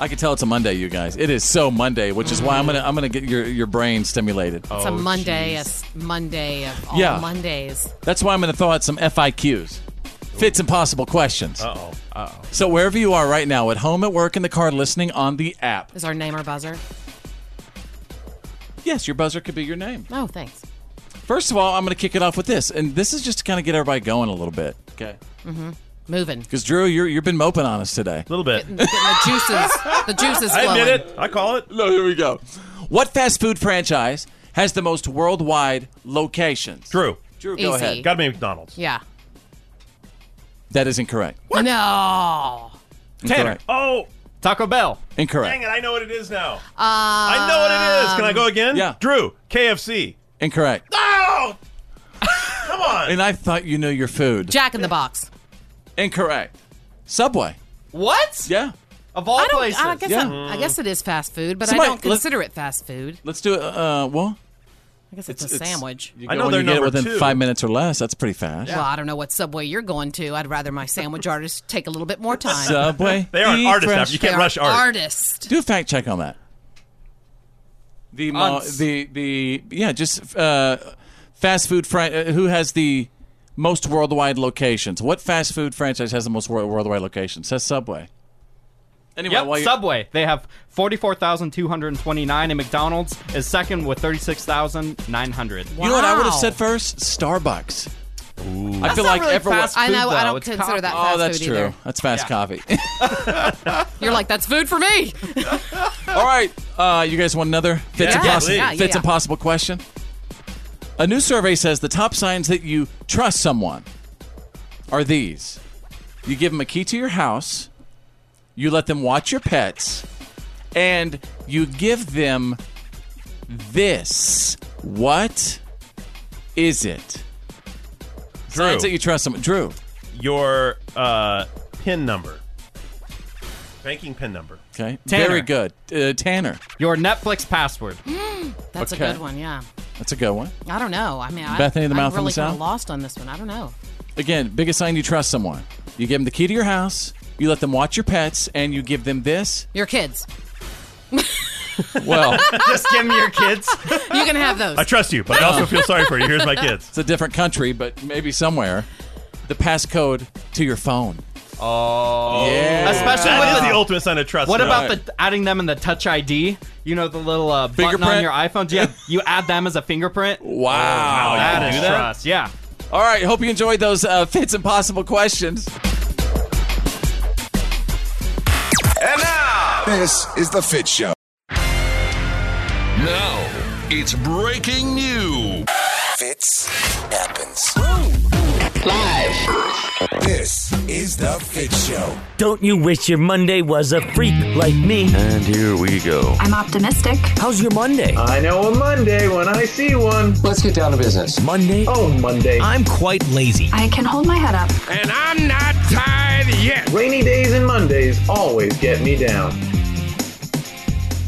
Speaker 1: I can tell it's a Monday, you guys. It is so Monday, which is why I'm gonna I'm gonna get your, your brain stimulated.
Speaker 4: It's a Monday, a s- Monday of all
Speaker 1: Yeah.
Speaker 4: Mondays.
Speaker 1: That's why I'm gonna throw out some FIQs, fits impossible questions. Uh oh. Uh oh. So wherever you are right now, at home, at work, in the car, listening on the app.
Speaker 4: Is our name our buzzer?
Speaker 1: Yes, your buzzer could be your name.
Speaker 4: No, Oh, thanks.
Speaker 1: First of all, I'm gonna kick it off with this, and this is just to kind of get everybody going a little bit. Okay.
Speaker 4: Mm-hmm. Moving.
Speaker 1: Because Drew, you're you've been moping on us today. A
Speaker 2: little bit.
Speaker 4: Getting the juices. The juices.
Speaker 1: I admit
Speaker 4: flowing.
Speaker 1: it.
Speaker 2: I call it.
Speaker 1: No, here we go. What fast food franchise has the most worldwide locations?
Speaker 2: Drew.
Speaker 1: Drew, go
Speaker 4: Easy.
Speaker 1: ahead.
Speaker 2: Gotta be McDonald's.
Speaker 4: Yeah.
Speaker 1: That is incorrect.
Speaker 4: No.
Speaker 2: Tanner.
Speaker 1: Incorrect.
Speaker 2: Oh,
Speaker 6: Taco Bell.
Speaker 1: Incorrect.
Speaker 2: dang it, I know what it is now.
Speaker 4: Uh,
Speaker 2: I know what it is. Can I go again? Yeah. Drew, KFC.
Speaker 1: Incorrect.
Speaker 2: Oh! Come on.
Speaker 1: And I thought you knew your food.
Speaker 4: Jack in the Box.
Speaker 1: Incorrect. Subway.
Speaker 6: What?
Speaker 1: Yeah.
Speaker 6: Of all
Speaker 4: I don't.
Speaker 6: places.
Speaker 4: I guess.
Speaker 1: Yeah.
Speaker 4: I'm- I guess it is fast food, but
Speaker 1: Somebody-
Speaker 4: I don't
Speaker 1: let-
Speaker 4: consider it fast food.
Speaker 1: Let's do it. Uh, well,
Speaker 4: I guess it's, a sandwich.
Speaker 1: Oh, you know when you get it within five minutes or less. That's pretty fast.
Speaker 4: Well, I don't know what subway you're going to. I'd rather my sandwich artist take a little bit more time.
Speaker 1: Subway. Eat fresh.
Speaker 4: They are Artist.
Speaker 1: Do a fact check on that. The mo-
Speaker 4: Uns-
Speaker 1: the the yeah, just uh, fast food fran- uh, who has the most worldwide locations? What fast food franchise has the most wor- worldwide locations? Says Subway. Anyway,
Speaker 6: Yep,
Speaker 1: while you-
Speaker 6: Subway. They have 44,229, and McDonald's is second with 36,900.
Speaker 1: You know what I would have said first? Starbucks. I
Speaker 6: That's
Speaker 1: feel
Speaker 6: not
Speaker 1: like
Speaker 6: really
Speaker 1: everyone.
Speaker 6: fast I know, food, I though. don't It's
Speaker 4: consider coffee. that
Speaker 1: Oh,
Speaker 4: fast
Speaker 1: that's
Speaker 4: food
Speaker 1: true.
Speaker 4: either.
Speaker 1: That's fast coffee.
Speaker 4: You're like, that's food for me.
Speaker 1: All right, uh, you guys want another fits
Speaker 4: Yeah,
Speaker 1: impossible
Speaker 4: yeah, yeah,
Speaker 1: fits
Speaker 4: yeah.
Speaker 1: impossible question? A new survey says the top signs that you trust someone are these: you give them a key to your house, you let them watch your pets, and you give them this. What is it? Signs that you trust someone. Drew.
Speaker 2: Your uh, PIN number. Banking PIN number.
Speaker 1: Okay.
Speaker 2: Tanner.
Speaker 1: Very good, uh, Tanner.
Speaker 6: Your Netflix password.
Speaker 4: That's
Speaker 1: Okay.
Speaker 4: a good one. Yeah.
Speaker 1: That's a good one.
Speaker 4: I don't know. I mean, I,
Speaker 1: Bethany the Mouth
Speaker 4: I'm
Speaker 1: on
Speaker 4: really
Speaker 1: the
Speaker 4: kind
Speaker 1: South?
Speaker 4: of lost on this one. I don't know.
Speaker 1: Again, biggest sign you trust someone. You give them the key to your house, you let them watch your pets, and you give them this.
Speaker 4: Your kids.
Speaker 1: Well,
Speaker 6: Just give me your kids.
Speaker 4: You can have those.
Speaker 2: I trust you, but I also feel sorry for you. Here's my kids.
Speaker 1: It's a different country, but maybe somewhere. The passcode to your phone.
Speaker 6: Oh.
Speaker 1: Yeah.
Speaker 6: Especially
Speaker 1: That
Speaker 6: with
Speaker 1: is
Speaker 2: the ultimate sign of trust.
Speaker 6: What
Speaker 1: though.
Speaker 6: about
Speaker 1: Right.
Speaker 6: the adding them in the Touch ID? You know the little uh, button on
Speaker 1: Fingerprint?
Speaker 6: your iPhone. Yeah, you add them as a fingerprint.
Speaker 1: Wow, you
Speaker 6: that
Speaker 1: can
Speaker 6: is
Speaker 1: do that?
Speaker 6: trust. Yeah.
Speaker 1: All right, hope you enjoyed those uh, Fits Impossible questions.
Speaker 5: This is the Fit Show.
Speaker 14: Now, it's breaking news.
Speaker 5: Fits happens live. This is the Fit Show.
Speaker 18: Don't you wish your Monday was a freak like me?
Speaker 19: And here we go.
Speaker 3: I'm optimistic.
Speaker 18: How's your Monday? I know a Monday when I see one. Let's get down to business. Monday? Oh, Monday. I'm quite lazy.
Speaker 3: I can hold my head up.
Speaker 19: And I'm not tired yet. Rainy days and Mondays always get me down.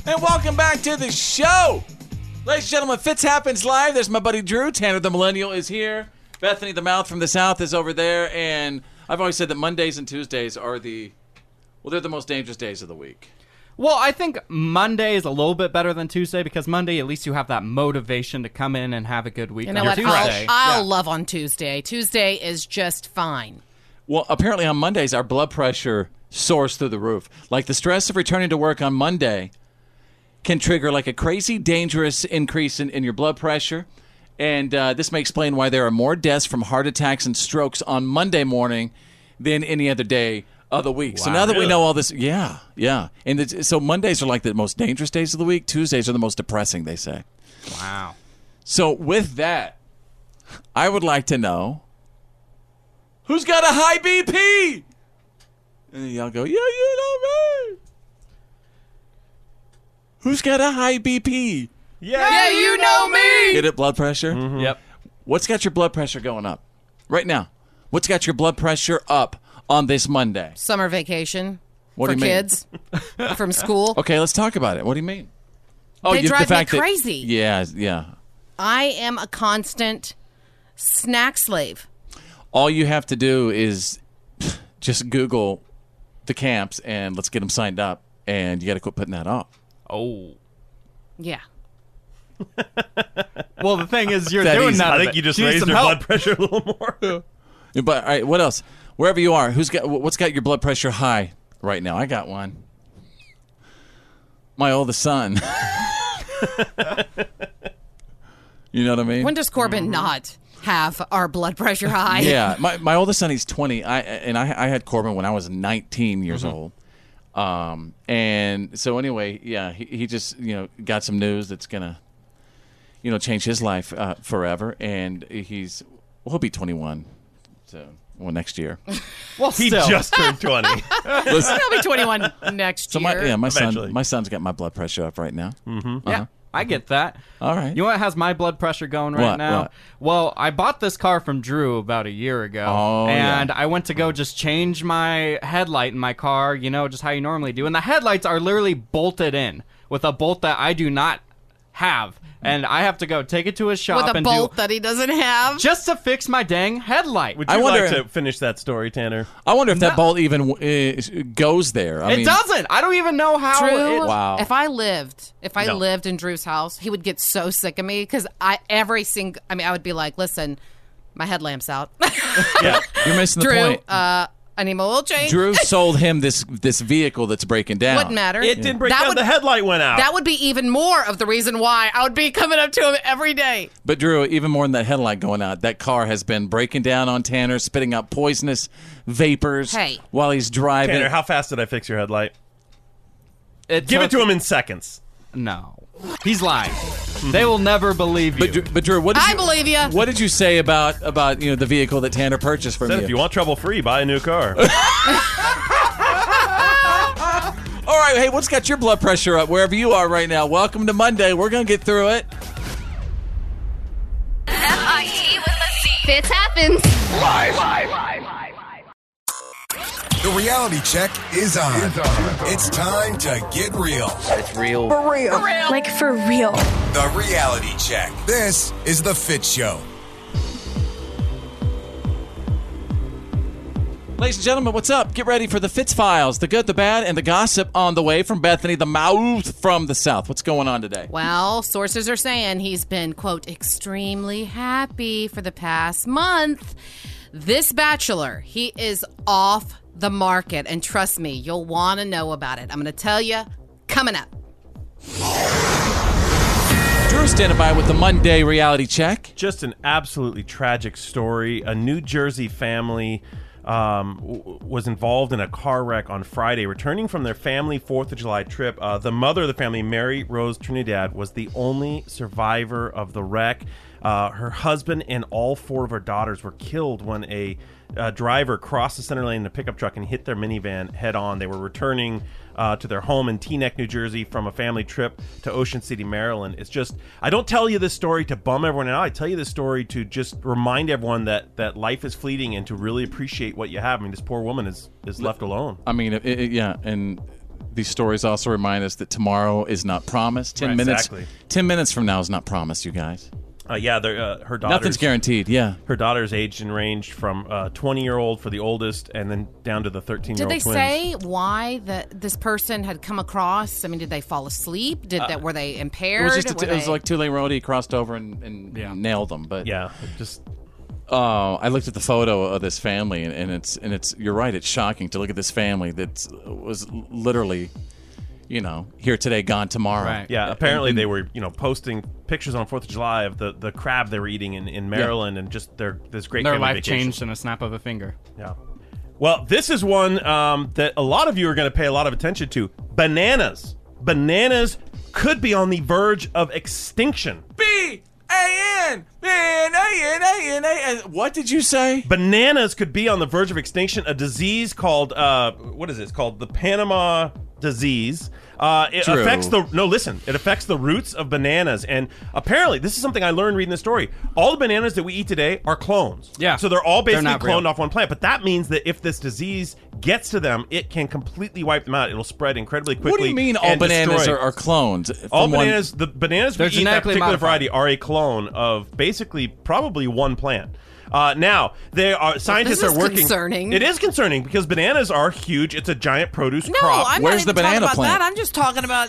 Speaker 1: And welcome back to the show. Ladies and gentlemen, Fits Happens Live. There's my buddy Drew. Tanner the Millennial is here. Bethany the Mouth from the South is over there. And I've always said that Mondays and Tuesdays are the, well, they're the most dangerous days of the week.
Speaker 6: Well, I think Monday is a little bit better than Tuesday because Monday at least you have that motivation to come in and have a good week.
Speaker 4: You know
Speaker 6: on
Speaker 4: what?
Speaker 6: Tuesday.
Speaker 4: I'll, I'll love on Tuesday. Tuesday is just fine.
Speaker 1: Well, apparently on Mondays, our blood pressure soars through the roof. Like the stress of returning to work on Monday can trigger like a crazy, dangerous increase in, in your blood pressure. And uh, this may explain why there are more deaths from heart attacks and strokes on Monday morning than any other day of the week. So
Speaker 20: Wow.
Speaker 1: now that we
Speaker 20: Really?
Speaker 1: know all this, yeah, yeah. And it's, so Mondays are like the most dangerous days of the week. Tuesdays are the most depressing, they say.
Speaker 6: Wow.
Speaker 1: So with that, I would like to know who's got a high BP? And then y'all go, yeah, you know me. Who's got a high BP?
Speaker 2: Yeah,
Speaker 13: you know me. Mm-hmm.
Speaker 1: Get it, blood pressure? Yep. What's got your blood pressure going up right now? What's got your blood pressure up on this Monday?
Speaker 4: Summer vacation
Speaker 1: What
Speaker 4: for
Speaker 1: do you mean?
Speaker 4: kids from school.
Speaker 1: Okay, let's talk about it. What do you mean? Oh,
Speaker 4: They
Speaker 1: you-
Speaker 4: drive me
Speaker 1: that-
Speaker 4: crazy.
Speaker 1: yeah, yeah.
Speaker 4: I am a constant snack slave.
Speaker 1: All you have to do is just Google the camps and let's get them signed up. And you got to quit putting that off. Oh,
Speaker 4: Yeah.
Speaker 6: Well, the thing is, you're doing none of it. She needs some help.
Speaker 2: pressure a little
Speaker 1: more. but all right, what else? Wherever you are, who's got what's got your blood pressure high right now? I got one. My oldest son. you know what I mean?
Speaker 4: When does Corbin not have our blood pressure high?
Speaker 1: Mm-hmm. Yeah, my, my oldest son, he's 20. I and I, I had Corbin when I was 19 years
Speaker 4: Mm-hmm.
Speaker 1: old. Um, and so anyway, yeah, he, he just you know got some news that's gonna, you know, change his life uh, forever. And he's well, he'll be 21, so well next year.
Speaker 6: Well,
Speaker 2: He
Speaker 6: still.
Speaker 2: just turned 20.
Speaker 1: Listen.
Speaker 4: He'll be 21 next
Speaker 1: So
Speaker 4: year.
Speaker 1: my yeah, my
Speaker 6: Eventually.
Speaker 1: son, my son's got my blood pressure up right now. Mm-hmm.
Speaker 2: Uh-huh.
Speaker 6: Yeah, I get that.
Speaker 1: All right.
Speaker 6: You know what has my blood pressure going right
Speaker 1: What,
Speaker 6: now?
Speaker 1: what?
Speaker 6: Well, I bought this car from Drew about a year ago.
Speaker 1: Oh, yeah.
Speaker 6: and I went to go just change my headlight in my car, you know, just how you normally do. And the headlights are literally bolted in with a bolt that I do not have. And I have to go take it to a shop
Speaker 4: With a
Speaker 6: and
Speaker 4: bolt
Speaker 6: do
Speaker 4: that he doesn't have.
Speaker 6: just to fix my dang headlight.
Speaker 2: Would you like to finish that story, Tanner?
Speaker 1: I wonder if that ball even uh, goes there. I
Speaker 6: it
Speaker 1: mean,
Speaker 6: doesn't. I don't even know how.
Speaker 4: Drew,
Speaker 6: it-
Speaker 1: Wow.
Speaker 4: if I lived, if I
Speaker 1: No.
Speaker 4: lived in Drew's house, he would get so sick of me because I every single, I mean, I would be like, listen, my headlamp's out.
Speaker 1: You're missing the
Speaker 4: Drew,
Speaker 1: point.
Speaker 4: uh, I need my oil change.
Speaker 1: Drew sold him this this vehicle that's breaking down.
Speaker 4: Wouldn't matter. It didn't break That down, would- the
Speaker 1: headlight went
Speaker 4: That would be even more of the reason why I would be coming up to him every day.
Speaker 1: but Drew, even more than that headlight going out, that car has been breaking down on Tanner, spitting out poisonous vapors
Speaker 4: Hey.
Speaker 1: while he's driving.
Speaker 2: Tanner, how fast did I fix your headlight?
Speaker 6: It
Speaker 2: Give it
Speaker 6: took-
Speaker 2: to him in seconds.
Speaker 6: No. He's lying. They will never believe you.
Speaker 1: But, Drew, what did
Speaker 4: I
Speaker 1: you,
Speaker 4: believe you.
Speaker 1: What did you say about about you know the vehicle that Tanner purchased from
Speaker 2: Said
Speaker 1: you?
Speaker 2: if you want trouble free, buy a new car.
Speaker 1: All right, hey, what's got your blood pressure up wherever you are right now? Welcome to Monday. We're gonna get through it.
Speaker 17: F-I-T with a C. Fits happens.
Speaker 5: Live.
Speaker 17: Live.
Speaker 5: The reality check is on. It's, time to get real. It's real.
Speaker 3: For real. Like for real.
Speaker 5: The reality check. This is The Fit Show.
Speaker 1: Ladies and gentlemen, what's up? Get ready for the Fitz Files, the good, the bad, and the gossip on the way from Bethany, the mouth from the south. What's going on today?
Speaker 4: Well, sources are saying he's been, quote, extremely happy for the past month. This bachelor, he is off the market. And trust me, you'll want to know about it. I'm going to tell you coming up.
Speaker 1: Drew standing by with the Monday reality check.
Speaker 2: Just an absolutely tragic story. A New Jersey family um, w- was involved in a car wreck on Friday, returning from their family Fourth of July trip. Uh, the mother of the family, Mary Rose Trinidad, was the only survivor of the wreck. Uh, her husband and all four of her daughters were killed when a uh, driver crossed the center lane in a pickup truck and hit their minivan head on. They were returning uh, to their home in Teaneck, New Jersey, from a family trip to Ocean City, Maryland. It's just I don't tell you this story to bum everyone out. I tell you this story to just remind everyone that that life is fleeting and to really appreciate what you have. I mean, this poor woman is is left alone.
Speaker 1: I mean, it, it, yeah, and these stories also remind us that tomorrow is not promised. Ten
Speaker 2: Right,
Speaker 1: minutes,
Speaker 2: exactly.
Speaker 1: ten minutes from now is not promised, you guys.
Speaker 2: Uh, yeah, they're, uh, her daughter.
Speaker 1: Nothing's guaranteed. Yeah.
Speaker 2: Her daughter's aged and ranged from uh, 20 year old for the oldest and then down to the 13 year
Speaker 4: Did
Speaker 2: old
Speaker 4: they
Speaker 2: twins.
Speaker 4: say why that this person had come across? I mean, did they fall asleep? Did
Speaker 1: Uh,
Speaker 4: that were they
Speaker 1: It
Speaker 4: impaired?
Speaker 1: was just a t-
Speaker 4: Were
Speaker 1: it was
Speaker 4: they-
Speaker 1: like two lane road. He crossed over and, and nailed them. But
Speaker 2: yeah, just.
Speaker 1: Oh, I looked at the photo of this family, and, and it's and it's you're right. It's shocking to look at this family that was literally, you know, here today, gone tomorrow.
Speaker 2: Yeah, apparently
Speaker 1: And-
Speaker 2: they were, you know, posting pictures on Fourth of July of the, the crab they were eating in, in Maryland and just their this great
Speaker 6: Their
Speaker 2: family
Speaker 6: life
Speaker 2: vacation.
Speaker 6: changed in a snap of a finger.
Speaker 2: Yeah. Well, this is one um, that a lot of you are going to pay a lot of attention to. Bananas. Bananas could be on the verge of extinction.
Speaker 1: B A N N A N A N A N. What did you say?
Speaker 2: Bananas could be on the verge of extinction. A disease called uh, what is it? It's called the Panama disease. Uh, it
Speaker 1: True.
Speaker 2: affects the no. Listen, it affects the roots of bananas, and apparently, this is something I learned reading the story. All the bananas that we eat today are clones. Yeah, so they're all
Speaker 6: They're
Speaker 2: basically
Speaker 6: not real.
Speaker 2: cloned off one plant. But that means that if this disease gets to them, it can completely wipe them out. It'll spread incredibly quickly.
Speaker 1: What do you mean all
Speaker 2: and
Speaker 1: bananas
Speaker 2: destroy-
Speaker 1: are, are clones?
Speaker 2: all
Speaker 1: from one-
Speaker 2: bananas, the bananas we
Speaker 1: They're
Speaker 2: eat, that
Speaker 1: genetically
Speaker 2: particular
Speaker 1: modified.
Speaker 2: variety, are a clone of basically probably one plant. Uh, now they are scientists
Speaker 4: is
Speaker 2: are working.
Speaker 4: concerning.
Speaker 2: It is concerning because bananas are huge. It's a giant produce
Speaker 4: no,
Speaker 2: crop.
Speaker 4: I'm not even talking about that. I'm just talking about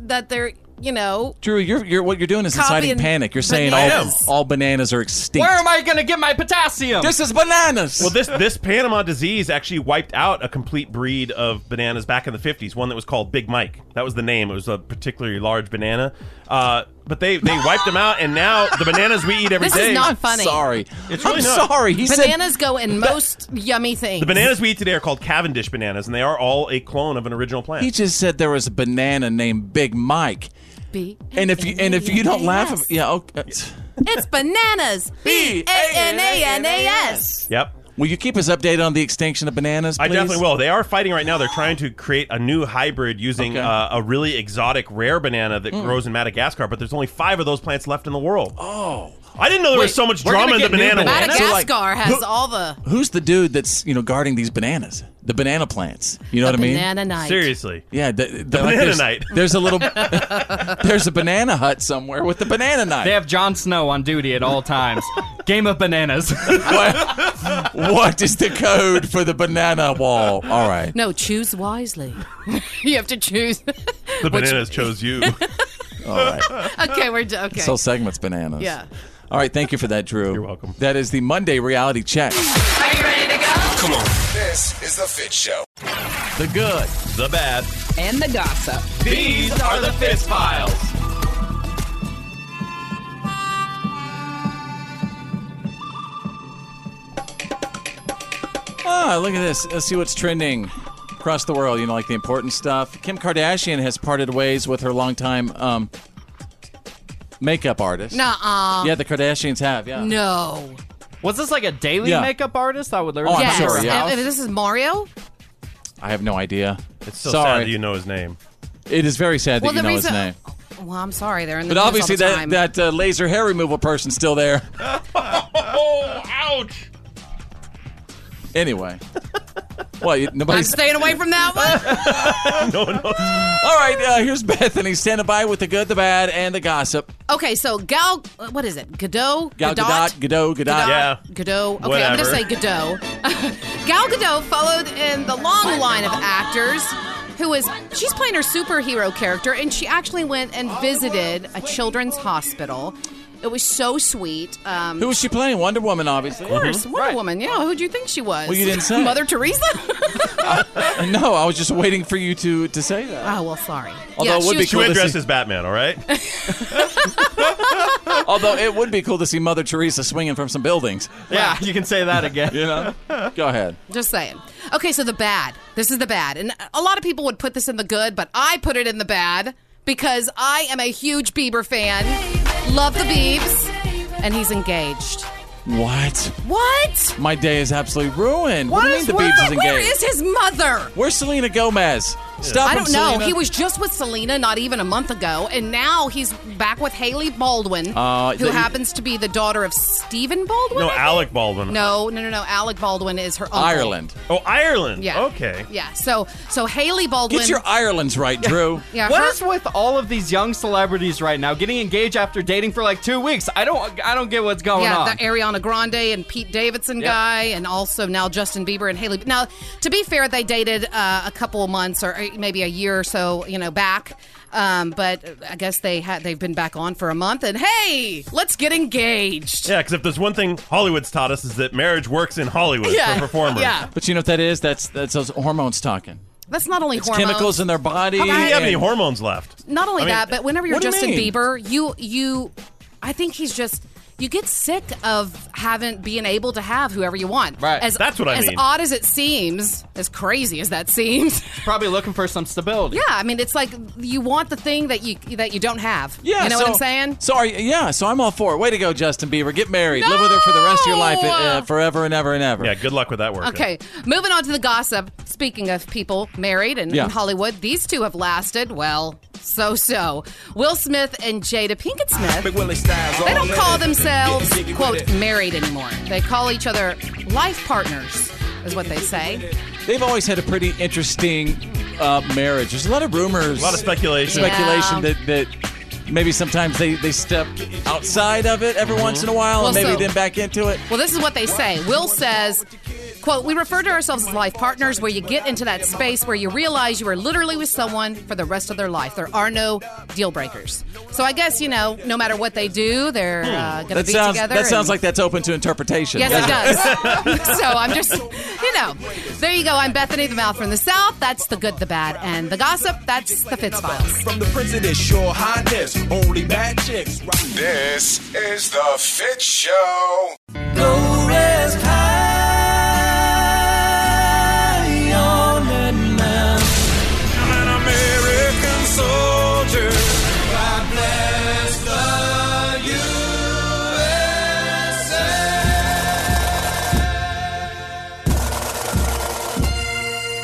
Speaker 4: that they're you know
Speaker 1: Drew, you're, you're what you're doing is inciting
Speaker 4: Copying
Speaker 1: panic. You're saying
Speaker 4: bananas.
Speaker 1: all all bananas are extinct.
Speaker 6: Where am I going to get my potassium?
Speaker 1: This is bananas.
Speaker 2: Well, this this Panama disease actually wiped out a complete breed of bananas back in the 50s. One that was called Big Mike. That was the name. It was a particularly large banana. Uh, but they they wiped them out, and now the bananas we eat every day.
Speaker 4: This is not funny. Sorry.
Speaker 2: It's
Speaker 1: I'm
Speaker 2: really not.
Speaker 4: bananas go in most yummy things.
Speaker 2: The bananas we eat today are called Cavendish bananas, and they are all a clone of an original plant.
Speaker 1: He just said there was a banana named Big Mike.
Speaker 4: B-
Speaker 1: And if you and if you don't laugh, ab- yeah, okay.
Speaker 4: It's bananas. B A N A N A S.
Speaker 2: Yep.
Speaker 1: Will you keep us updated on the extinction of bananas?
Speaker 2: I
Speaker 1: please?
Speaker 2: definitely will. They are fighting right now. They're trying to create a new hybrid using uh, a really exotic, rare banana that
Speaker 1: Mm.
Speaker 2: grows in Madagascar, but there's only five of those plants left in the world.
Speaker 1: Oh.
Speaker 2: I didn't know there was
Speaker 1: Wait,
Speaker 2: so much
Speaker 1: we're
Speaker 2: drama in
Speaker 1: gonna
Speaker 2: the
Speaker 1: get new
Speaker 2: banana world.
Speaker 1: bananas? So, like,
Speaker 4: Madagascar has all the
Speaker 1: Who's the dude that's you know guarding these bananas? The banana plants. You know
Speaker 4: The
Speaker 1: what I mean?
Speaker 4: banana knight. Seriously.
Speaker 1: Yeah. The, the,
Speaker 2: banana
Speaker 1: there's,
Speaker 2: knight.
Speaker 1: There's a little. there's a banana hut somewhere with the banana knife.
Speaker 6: They have Jon Snow on duty at all times. Game of bananas.
Speaker 1: what is the code for the banana wall? All right.
Speaker 4: No, choose wisely. you have to choose.
Speaker 2: The bananas chose you.
Speaker 1: All right.
Speaker 4: okay, we're done. Okay.
Speaker 1: This whole segment's bananas.
Speaker 4: Yeah.
Speaker 1: All right. Thank you for that, Drew. You're welcome. That is the Monday reality check.
Speaker 5: Are you ready to go? Come on. This is the Fit Show.
Speaker 1: The good,
Speaker 2: the bad.
Speaker 20: And the gossip.
Speaker 5: These are the Fist Files.
Speaker 1: Ah, look at this. Let's see what's trending across the world. You know, like the important stuff. Kim Kardashian has parted ways with her longtime um, makeup artist.
Speaker 4: Nuh-uh.
Speaker 1: Yeah, the Kardashians have. Yeah.
Speaker 4: No.
Speaker 6: Was this like a daily
Speaker 1: Yeah.
Speaker 6: makeup artist? I would learn.
Speaker 1: Oh, I'm sure, yeah.
Speaker 4: Uh, This is Mario.
Speaker 1: I have no idea. It's
Speaker 2: so
Speaker 1: Sorry.
Speaker 2: sad that you know his name.
Speaker 1: It is very sad
Speaker 4: Well,
Speaker 1: that you
Speaker 4: the
Speaker 1: know his
Speaker 4: reason- Oh,
Speaker 1: name.
Speaker 4: Well, I'm sorry, they're in the
Speaker 1: But
Speaker 4: news all
Speaker 1: obviously,
Speaker 4: the
Speaker 1: that
Speaker 4: time.
Speaker 1: that uh, laser hair removal person's still there.
Speaker 2: oh, ouch!
Speaker 1: Anyway. well, you,
Speaker 4: I'm
Speaker 1: nobody's.
Speaker 4: staying away from that one.
Speaker 1: All right, uh, here's Bethany standing by with the good, the bad, and the gossip.
Speaker 4: Okay, so Gal, what is it? Godot.
Speaker 1: Gal
Speaker 4: Gadot?
Speaker 1: Gadot, Gadot, Gadot.
Speaker 4: Godot. Okay, I'm
Speaker 1: Whatever.
Speaker 4: going to say Godot. Gal Gadot followed in the long line of actors who is she's playing her superhero character and she actually went and visited a children's hospital. It was so sweet. Um,
Speaker 1: Who was she playing? Wonder Woman, obviously. Mm-hmm.
Speaker 4: Of course, Wonder Woman. Yeah, who do you think she was?
Speaker 1: Well, you didn't say.
Speaker 4: Mother Teresa.
Speaker 1: No, I was just waiting for you to, to say that.
Speaker 4: Oh well, sorry.
Speaker 1: Although it would be
Speaker 2: she
Speaker 1: cool
Speaker 2: went
Speaker 1: to
Speaker 2: dressed
Speaker 1: see-
Speaker 2: as Batman, all right?
Speaker 1: Although it would be cool to see Mother Teresa swinging from some buildings.
Speaker 6: Yeah, you can say that again.
Speaker 1: you know? Go ahead.
Speaker 4: Just saying. Okay, so the bad. This is the bad. And a lot of people would put this in the good, but I put it in the bad because I am a huge Bieber fan. Love the Biebs. And he's engaged.
Speaker 1: What?
Speaker 4: What?
Speaker 1: My day is absolutely ruined. What, do you mean
Speaker 4: is
Speaker 1: the Beebs
Speaker 4: wrong-
Speaker 1: is engaged?
Speaker 4: Where is his mother?
Speaker 1: Where's Selena Gomez? Stuff
Speaker 4: I
Speaker 1: from
Speaker 4: don't know.
Speaker 1: Selena.
Speaker 4: He was just with Selena not even a month ago, and now he's back with Haley Baldwin,
Speaker 2: Uh,
Speaker 4: who
Speaker 2: the-
Speaker 4: happens to be the daughter of Stephen Baldwin.
Speaker 2: No,
Speaker 4: I think?
Speaker 2: Alec Baldwin.
Speaker 4: No, no, no, no. Alec Baldwin is her uncle.
Speaker 2: Oh, Ireland.
Speaker 4: Yeah.
Speaker 2: Okay.
Speaker 4: Yeah. So, so Haley Baldwin.
Speaker 1: Ireland's right, Drew.
Speaker 4: Yeah,
Speaker 6: What
Speaker 4: her-
Speaker 6: is with all of these young celebrities right now getting engaged after dating for like two weeks? I don't, I don't get what's
Speaker 1: Oh,
Speaker 6: going
Speaker 4: yeah,
Speaker 6: on.
Speaker 4: the Ariana Grande and Pete Davidson
Speaker 6: Yeah.
Speaker 4: guy, and also now Justin Bieber and Haley. Now, to be fair, they dated uh, a couple of months or uh, maybe a year or so, you know, back. Um, but I guess they had they've been back on for a month, and hey, let's get engaged.
Speaker 2: Yeah, because if there's one thing Hollywood's taught us is that marriage works in Hollywood
Speaker 4: Yeah,
Speaker 2: for performers.
Speaker 4: yeah.
Speaker 1: But you know what that is? That's that's those hormones talking.
Speaker 4: That's not only
Speaker 1: It's
Speaker 4: hormones.
Speaker 1: chemicals in their body.
Speaker 4: How about- Do you have any
Speaker 2: hormones left?
Speaker 4: Not only
Speaker 1: I mean,
Speaker 4: that, but whenever you're
Speaker 1: what do you
Speaker 4: Justin
Speaker 1: mean?
Speaker 4: Bieber, you you, I think he's just you get sick of having being able to have whoever you want.
Speaker 6: Right.
Speaker 4: As,
Speaker 6: That's what I
Speaker 4: as
Speaker 6: mean.
Speaker 4: odd as it seems, as crazy as that seems.
Speaker 6: Probably looking for some stability.
Speaker 4: Yeah, I mean, it's like you want the thing that you that you don't have.
Speaker 1: Yeah,
Speaker 4: you know
Speaker 1: so,
Speaker 4: what I'm saying?
Speaker 1: So are you, yeah, so I'm all for it. Way to go, Justin Bieber. Get married, live with her for the rest of your life, uh, forever and ever and ever. Yeah,
Speaker 2: good luck with that work.
Speaker 4: Okay, moving on to the gossip. Speaking of people married and
Speaker 1: Yeah.
Speaker 4: in Hollywood, these two have lasted well, so so. Will Smith and Jada Pinkett Smith. They don't call themselves quote married anymore. They call each other life partners, is what they say.
Speaker 1: They've always had a pretty interesting uh, marriage. There's a lot of rumors,
Speaker 2: A lot of speculation.
Speaker 1: speculation that that maybe sometimes they they step outside of it every
Speaker 2: Mm-hmm.
Speaker 1: once in a while, and
Speaker 4: Well,
Speaker 1: maybe
Speaker 4: so-
Speaker 1: then back into it.
Speaker 4: Well, this is what they say. Will says, quote, we refer to ourselves as life partners where you get into that space where you realize you are literally with someone for the rest of their life. There are no deal breakers. So I guess, you know, no matter what they do, they're uh,
Speaker 1: Hmm.
Speaker 4: going to
Speaker 1: That
Speaker 4: be
Speaker 1: sounds
Speaker 4: together.
Speaker 1: that sounds
Speaker 4: and-
Speaker 1: like that's open to interpretation.
Speaker 4: Yes, it does. so I'm just, you know, there you go. I'm Bethany the Mouth from the South. That's the good, the bad, and the gossip. That's the Fitzfiles.
Speaker 14: From the president's your highness, only bad chicks.
Speaker 5: This is the Fit Show.
Speaker 13: Go rest high on that mountain. I'm an American soldier. God bless the USA.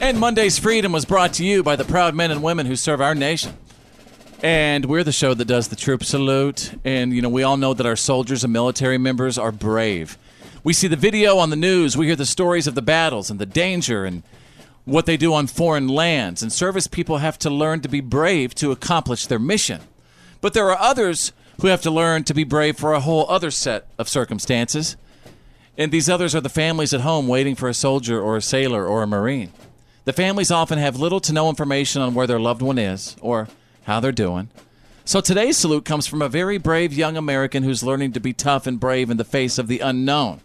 Speaker 1: And Monday's Freedom was brought to you by the proud men and women who serve our nation. And we're the show that does the troop salute. And, you know, we all know that our soldiers and military members are brave. We see the video on the news, we hear the stories of the battles and the danger and what they do on foreign lands. And service people have to learn to be brave to accomplish their mission. But there are others who have to learn to be brave for a whole other set of circumstances. And these others are the families at home waiting for a soldier or a sailor or a Marine. The families often have little to no information on where their loved one is or how they're doing. So today's salute comes from a very brave young American who's learning to be tough and brave in the face of the unknown.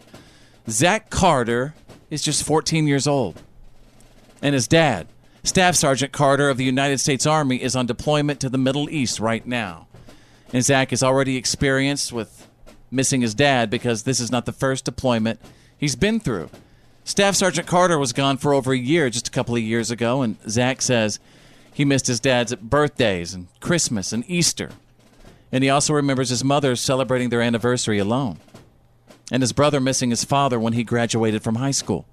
Speaker 1: Zach Carter is just 14 years old. And his dad, Staff Sergeant Carter of the United States Army, is on deployment to the Middle East right now. And Zach is already experienced with missing his dad because this is not the first deployment he's been through. Staff Sergeant Carter was gone for over a year just a couple of years ago, and Zach says he missed his dad's birthdays and Christmas and Easter. And he also remembers his mother celebrating their anniversary alone, and his brother missing his father when he graduated from high school.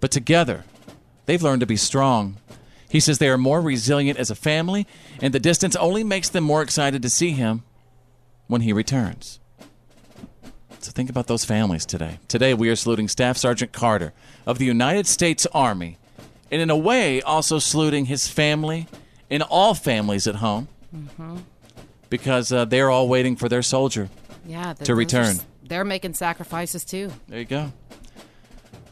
Speaker 1: But together, they've learned to be strong. He says they are more resilient as a family, and the distance only makes them more excited to see him when he returns. So think about those families today. Today, we are saluting Staff Sergeant Carter of the United States Army, and in a way, also saluting his family and all families at home because uh, they're all waiting for their soldier
Speaker 4: Yeah. th-
Speaker 1: to
Speaker 4: those are
Speaker 1: return.
Speaker 4: s- They're making sacrifices too.
Speaker 1: There you go.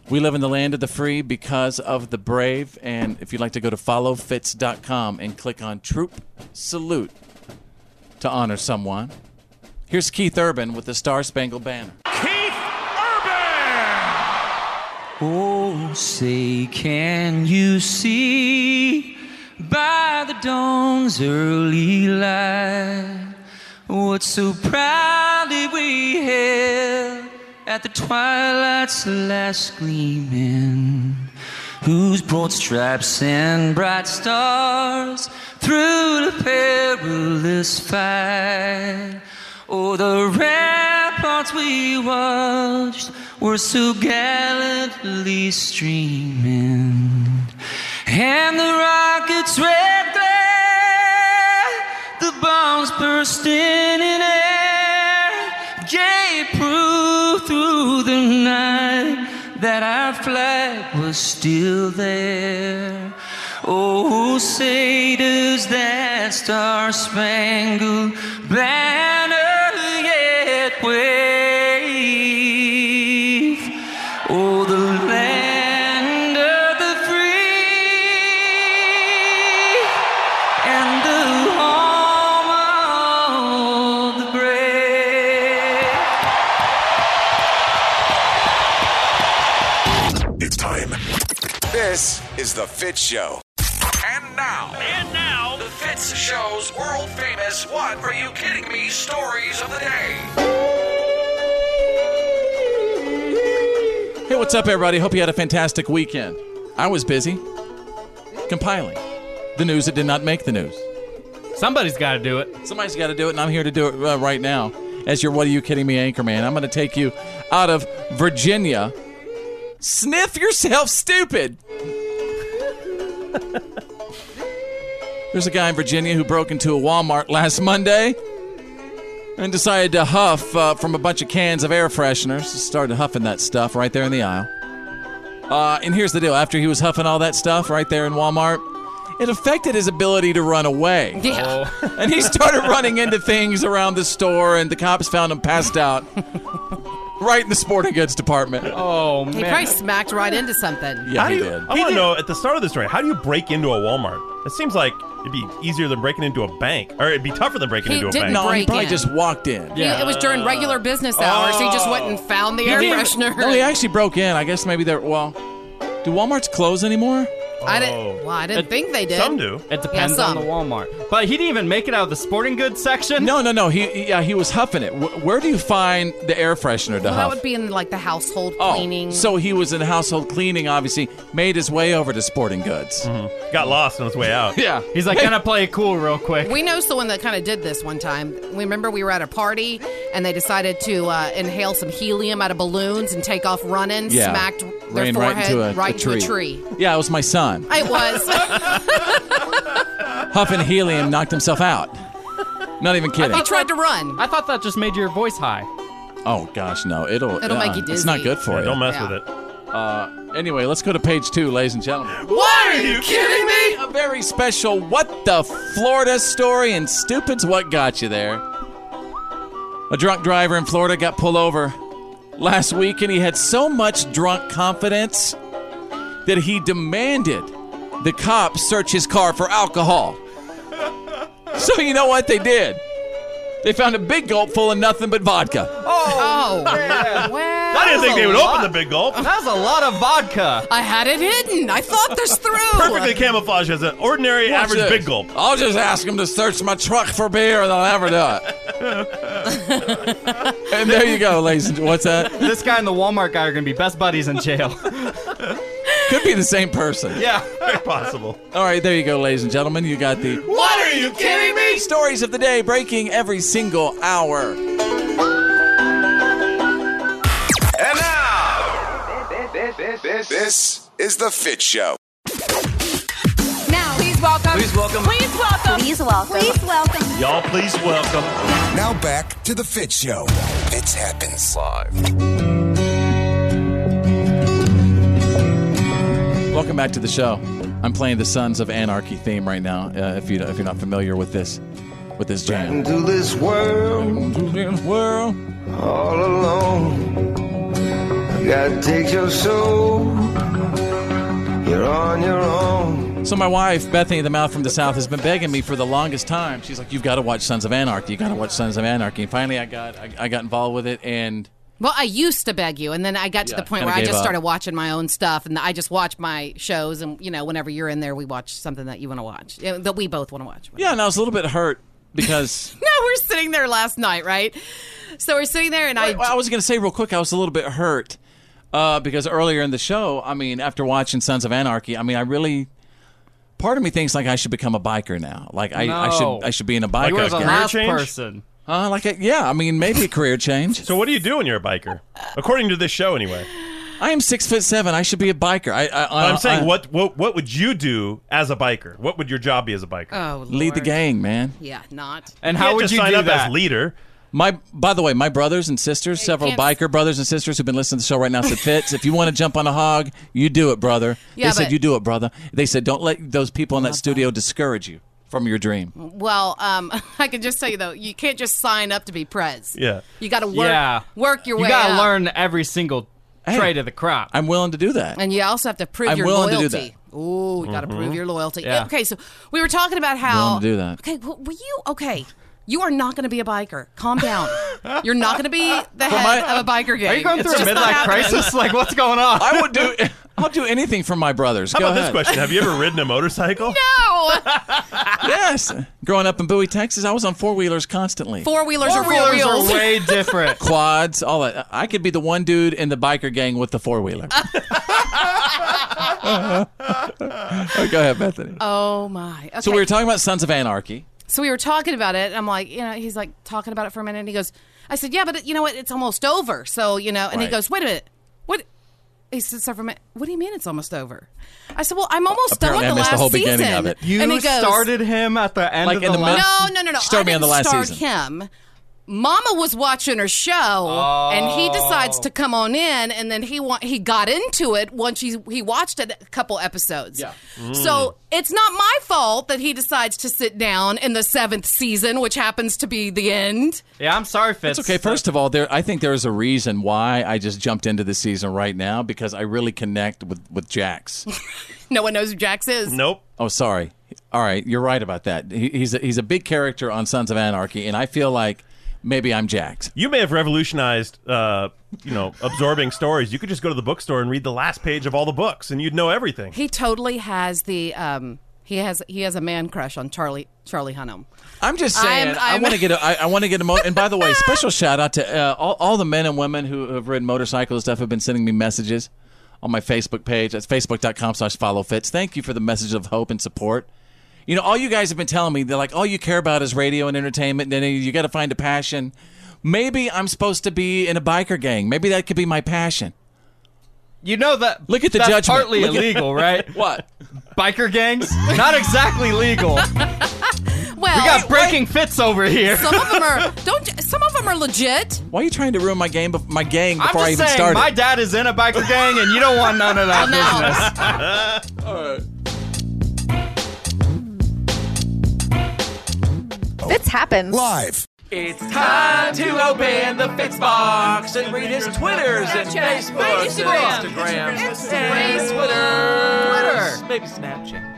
Speaker 1: We live in the land of the free because of the brave. And if you'd like to go to followfits.com and click on Troop Salute to honor someone, here's Keith Urban with the Star Spangled Banner.
Speaker 13: Keith Urban!
Speaker 21: Oh, say, can you see by the dawn's early light what so proudly we hailed at the twilight's last gleaming? Whose broad stripes and bright stars through the perilous fight? Oh, the ramparts we watched were so gallantly streaming, and the rockets' red glare, the bombs bursting in air, gave proof through the night that our flag was still there. Oh, say does that star-spangled banner yet wave? Oh, the land of the free and the home of the brave.
Speaker 5: It's time. This is The Fit Show.
Speaker 10: And now, and now, the Fitz Show's world famous What Are You Kidding Me stories of the day.
Speaker 1: Hey, what's up, everybody? Hope you had a fantastic weekend. I was busy compiling the news that did not make the news. Somebody's got to do it. Somebody's got to do it, and I'm here to do it uh, right now. As your What Are You Kidding Me anchor man, I'm going to take you out of Virginia. Sniff yourself stupid. There's a guy in Virginia who broke into a Walmart last Monday and decided to huff uh, from a bunch of cans of air fresheners. Started huffing that stuff right there in the aisle. Uh, and here's the deal after he was huffing all that stuff right there in Walmart, it affected his ability to run away.
Speaker 6: Oh,
Speaker 13: Yeah.
Speaker 1: And he started running into things around the store, and the cops found him passed out right in the sporting goods department.
Speaker 6: Oh,
Speaker 4: He probably smacked right into something.
Speaker 2: How do you, I want to know at the start of the story, how do you break into a Walmart? It seems like it'd be easier than breaking into a bank, or it'd be tougher than breaking
Speaker 4: He
Speaker 2: into a bank.
Speaker 4: didn't No, he break probably in. just
Speaker 1: walked in.
Speaker 4: He- it was during regular business hours, so he just went and found the
Speaker 1: He
Speaker 4: air
Speaker 1: Oh. didn't-
Speaker 4: freshener.
Speaker 1: No, he actually broke in. I guess maybe they're well. Do Walmart's close anymore?
Speaker 4: I
Speaker 1: Oh.
Speaker 4: didn't. Well, I
Speaker 1: Uh,
Speaker 4: didn't think they did.
Speaker 6: It depends
Speaker 4: yeah,
Speaker 6: on the Walmart. But he didn't even make it out of the sporting goods section.
Speaker 1: No, no, no. He he- yeah, he was huffing it. Wh- Where do you find the air freshener to
Speaker 4: Well, that
Speaker 1: huff? Oh,
Speaker 4: would be in like the household cleaning.
Speaker 1: So he was in household cleaning, obviously, made his way over to sporting goods. Mm-hmm.
Speaker 2: Got lost on his way out.
Speaker 1: yeah.
Speaker 6: He's like,
Speaker 1: Hey.
Speaker 6: can I play it cool real quick?
Speaker 4: We know someone that kind of did this one time. We remember we were at a party and they decided to uh, inhale some helium out of balloons and take off running.
Speaker 1: Yeah.
Speaker 4: Smacked their
Speaker 1: Ran
Speaker 4: forehead
Speaker 1: right into a,
Speaker 4: right
Speaker 1: a
Speaker 4: into
Speaker 1: tree. Yeah, it was my son.
Speaker 4: It was.
Speaker 1: Huffing helium knocked himself out. Not even kidding.
Speaker 4: he tried to run.
Speaker 6: I thought that just made your voice high.
Speaker 1: Oh gosh, no! It'll
Speaker 4: It'll make you
Speaker 1: It's not
Speaker 4: dizzy.
Speaker 1: good for
Speaker 2: Yeah,
Speaker 1: you.
Speaker 2: don't mess with
Speaker 1: it. Uh, anyway, let's go to page two, ladies and gentlemen.
Speaker 13: Why are you kidding me?
Speaker 1: A very special "What the Florida" story and stupids, what got you there? A drunk driver in Florida got pulled over last week, and he had so much drunk confidence that he demanded the cops search his car for alcohol. So you know what they did? They found a big gulp full of nothing but vodka.
Speaker 4: Oh, well.
Speaker 2: I didn't think they would open the
Speaker 6: lot.
Speaker 2: big gulp.
Speaker 6: That was a lot of vodka.
Speaker 4: I had it hidden. I thought this through.
Speaker 2: Perfectly camouflaged as an ordinary
Speaker 1: Watch
Speaker 2: average
Speaker 1: this.
Speaker 2: big gulp.
Speaker 1: I'll just ask him to search my truck for beer, and they'll never do it. and there you go, ladies. And, what's that?
Speaker 6: this guy and the Walmart guy are gonna be best buddies in jail.
Speaker 1: Could be the same person.
Speaker 6: yeah,
Speaker 2: very possible.
Speaker 1: All right, there you go, ladies and gentlemen. You got the
Speaker 13: What are you kidding me?
Speaker 1: stories of the day breaking every single hour.
Speaker 5: And now, this is The Fit Show.
Speaker 17: Now, please welcome.
Speaker 5: Please welcome.
Speaker 17: Please welcome. Please welcome. Please welcome.
Speaker 5: Y'all, please welcome. Now back to The Fit Show. Fits happens live.
Speaker 1: Welcome back to the show. I'm playing the Sons of Anarchy theme right now. Uh, if you if you're not familiar with this with this jam,
Speaker 13: Into this world,
Speaker 1: into this world,
Speaker 13: all alone. You gotta take your soul. You're on your own.
Speaker 1: So my wife, Bethany the Mouth from the South, has been begging me for the longest time. She's like, "You've got to watch Sons of Anarchy. You got to watch Sons of Anarchy." And finally, I got I, I got involved with it, and
Speaker 4: Well, I used to beg you, and then I got to
Speaker 1: Yeah,
Speaker 4: the point
Speaker 1: kinda
Speaker 4: where I
Speaker 1: gave
Speaker 4: just
Speaker 1: up.
Speaker 4: started watching my own stuff, and I just watch my shows, and you know, whenever you're in there, we watch something that you want to watch, yeah, that we both want to watch.
Speaker 1: Yeah, and I was a little bit hurt because
Speaker 4: No, we're sitting there last night, right? So we're sitting there, and
Speaker 1: Well, I was going to say real quick, I was a little bit hurt uh, because earlier in the show, I mean, after watching Sons of Anarchy, I mean, I really. Part of me thinks like I should become a biker now. Like I, I
Speaker 6: No.
Speaker 1: should I should be in a biker.
Speaker 6: you were the
Speaker 1: gang.
Speaker 6: last person.
Speaker 1: Uh, like a, yeah, I mean maybe a career change.
Speaker 2: So what do you do when you're a biker? According to this show, anyway.
Speaker 1: I am six foot seven. I should be a biker. I, I, I
Speaker 2: I'm saying,
Speaker 1: Uh, I-
Speaker 2: what, what what would you do as a biker? What would your job be as a biker?
Speaker 4: Oh,
Speaker 1: lead the gang, man.
Speaker 4: Yeah, not.
Speaker 2: You can't just sign up as leader?
Speaker 1: My, by the way, my brothers and sisters, several
Speaker 4: can't-
Speaker 1: biker brothers and sisters who've been listening to the show right now said, "Fitz, if you want to jump on a hog, you do it, brother."
Speaker 4: Yeah,
Speaker 1: they said,
Speaker 4: but-
Speaker 1: "You do it, brother." They said, "Don't let those people in that studio discourage you from your dream."
Speaker 4: Well, um, I can just tell you though, you can't just sign up to be prez.
Speaker 1: Yeah.
Speaker 4: You got to work,
Speaker 6: Yeah.
Speaker 4: work your
Speaker 6: you
Speaker 4: way.
Speaker 6: gotta
Speaker 4: up.
Speaker 6: learn every single trade of the crop.
Speaker 1: I'm willing to do that.
Speaker 4: and you also have to prove
Speaker 6: I'm
Speaker 4: your
Speaker 6: willing to
Speaker 4: loyalty.
Speaker 6: do
Speaker 4: Ooh, you got to
Speaker 6: Mhm.
Speaker 4: prove your loyalty.
Speaker 6: Yeah.
Speaker 4: Okay, so we were talking about how
Speaker 1: Willing to do that.
Speaker 4: Okay, well, were you okay? You are not going to be a biker. Calm down. You're not going to be the head of a biker gang.
Speaker 6: Are you going
Speaker 4: It's
Speaker 6: through a
Speaker 4: just not
Speaker 6: midlife
Speaker 4: happening.
Speaker 6: crisis? Like, what's going on?
Speaker 1: I would do. I'll do anything for my brothers.
Speaker 2: How
Speaker 1: Go
Speaker 2: about this
Speaker 1: ahead.
Speaker 2: question? Have you ever ridden a motorcycle?
Speaker 4: No.
Speaker 1: yes. Growing up in Bowie, Texas, I was on four wheelers constantly.
Speaker 4: Four wheelers are four wheels.
Speaker 6: different.
Speaker 1: Quads, all that. I could be the one dude in the biker gang with the four wheeler. Go ahead, Bethany.
Speaker 4: Oh my. Okay.
Speaker 1: So we were talking about Sons of Anarchy.
Speaker 4: So we were talking about it, and I'm like, you know, he's like talking about it for a minute, and he goes, I said, yeah, but it, you know what? It's almost over. So, you know, and he
Speaker 1: Right.
Speaker 4: goes, wait a minute. What? He sits there for a minute. What do you mean it's almost over? I said, well, I'm almost done
Speaker 6: Apparently
Speaker 4: with
Speaker 6: I
Speaker 4: the
Speaker 6: missed
Speaker 4: last
Speaker 6: the whole
Speaker 4: season.
Speaker 6: beginning of it. You
Speaker 4: and he goes,
Speaker 6: started him at the end
Speaker 1: Like
Speaker 6: of
Speaker 1: in the
Speaker 6: last-
Speaker 4: No, no, no, no.
Speaker 1: Started
Speaker 4: I
Speaker 1: me on
Speaker 4: didn't
Speaker 1: the last
Speaker 4: start
Speaker 1: season.
Speaker 4: him. Mama was watching her show, and
Speaker 6: Oh.
Speaker 4: he decides to come on in, and then he wa- he got into it once he he watched it a couple episodes. Yeah. So
Speaker 1: Mm.
Speaker 4: it's not my fault that he decides to sit down in the seventh season, which happens to be the end.
Speaker 6: Yeah, I'm sorry, Fitz.
Speaker 1: It's okay. First of all, there I think there is a reason why I just jumped into this season right now because I really connect with with Jax.
Speaker 4: No one knows who Jax is.
Speaker 2: Nope.
Speaker 1: Oh, sorry. All right, you're right about that. He, he's a, he's a big character on Sons of Anarchy, and I feel like maybe I'm Jax.
Speaker 2: You may have revolutionized, uh, you know, absorbing stories. You could just go to the bookstore and read the last page of all the books, and you'd know everything.
Speaker 4: He totally has the um he has he has a man crush on Charlie Charlie Hunnam.
Speaker 1: I'm just saying.
Speaker 4: I'm-
Speaker 1: i
Speaker 4: I'm-
Speaker 1: want to get. A, I, I want to get a. Mo- and by the way, special shout out to uh, all, all the men and women who have ridden motorcycles and stuff have been sending me messages on my Facebook page. That's facebook.com slash follow fits. Thank you for the message of hope and support. You know, all you guys have been telling me they're like, all you care about is radio and entertainment. And then you got to find a passion. Maybe I'm supposed to be in a biker gang. Maybe that could be my passion.
Speaker 6: You know that.
Speaker 1: Look at the
Speaker 6: that's
Speaker 1: judgment.
Speaker 6: partly
Speaker 1: Look at-
Speaker 6: illegal, right?
Speaker 1: what?
Speaker 6: Biker gangs? Not exactly legal.
Speaker 4: Well,
Speaker 6: we got breaking fits over here.
Speaker 4: some of them are don't some of them are legit.
Speaker 1: Why are you trying to ruin my game? bef- My gang
Speaker 6: I'm
Speaker 1: before
Speaker 6: just
Speaker 1: I even
Speaker 6: saying,
Speaker 1: started.
Speaker 6: my dad is in a biker gang, and you don't want none of that business.
Speaker 17: Fitz happens.
Speaker 5: Live.
Speaker 18: It's time to open the Fitz box and read his Twitters and
Speaker 13: Snapchat,
Speaker 18: Facebooks and
Speaker 13: Instagram,
Speaker 18: Instagrams,
Speaker 13: Instagram, Twitter.
Speaker 18: and Twitter, maybe Snapchat.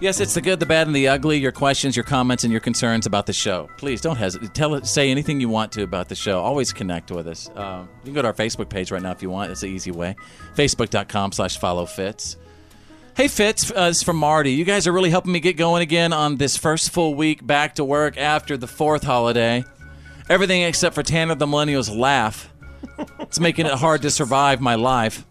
Speaker 1: Yes, it's the good, the bad, and the ugly. Your questions, your comments, and your concerns about the show. Please don't hesitate. Tell us, say anything you want to about the show. Always connect with us. Um, you can go to our Facebook page right now if you want. It's the easy way. Facebook.com slash follow Fitz. Hey, Fitz, uh, it's from Marty. You guys are really helping me get going again on this first full week back to work after the fourth holiday. Everything except for Tanner the Millennial's laugh. It's making it hard to survive my life.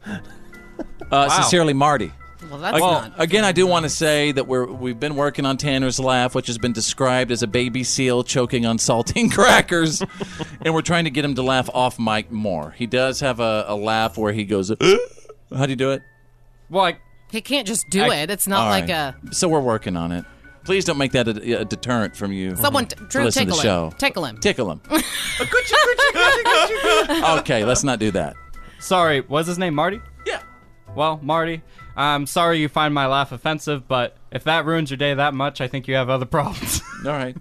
Speaker 1: Uh, Sincerely, Marty.
Speaker 4: Well, that's
Speaker 1: Ag-
Speaker 4: not.
Speaker 1: Again, I do want to say that we're we've been working on Tanner's laugh, which has been described as a baby seal choking on saltine crackers, and we're trying to get him to laugh off mic more. He does have a, a laugh where he goes, "How do you do it?"
Speaker 6: Well, like,
Speaker 4: he can't just do
Speaker 1: I-
Speaker 4: it. It's not
Speaker 1: All
Speaker 4: like
Speaker 1: right.
Speaker 4: a
Speaker 1: So we're working on it. Please don't make that a, a deterrent from you.
Speaker 4: someone t-
Speaker 1: to
Speaker 4: Drew
Speaker 1: listen to
Speaker 4: tickle
Speaker 1: the
Speaker 4: him.
Speaker 1: show.
Speaker 4: Tickle him.
Speaker 1: Tickle him.
Speaker 6: oh.
Speaker 1: Okay, let's not do that.
Speaker 6: Sorry, was his name Marty?
Speaker 1: Yeah.
Speaker 6: Well, Marty, I'm sorry you find my laugh offensive, but if that ruins your day that much, I think you have other problems.
Speaker 1: All right.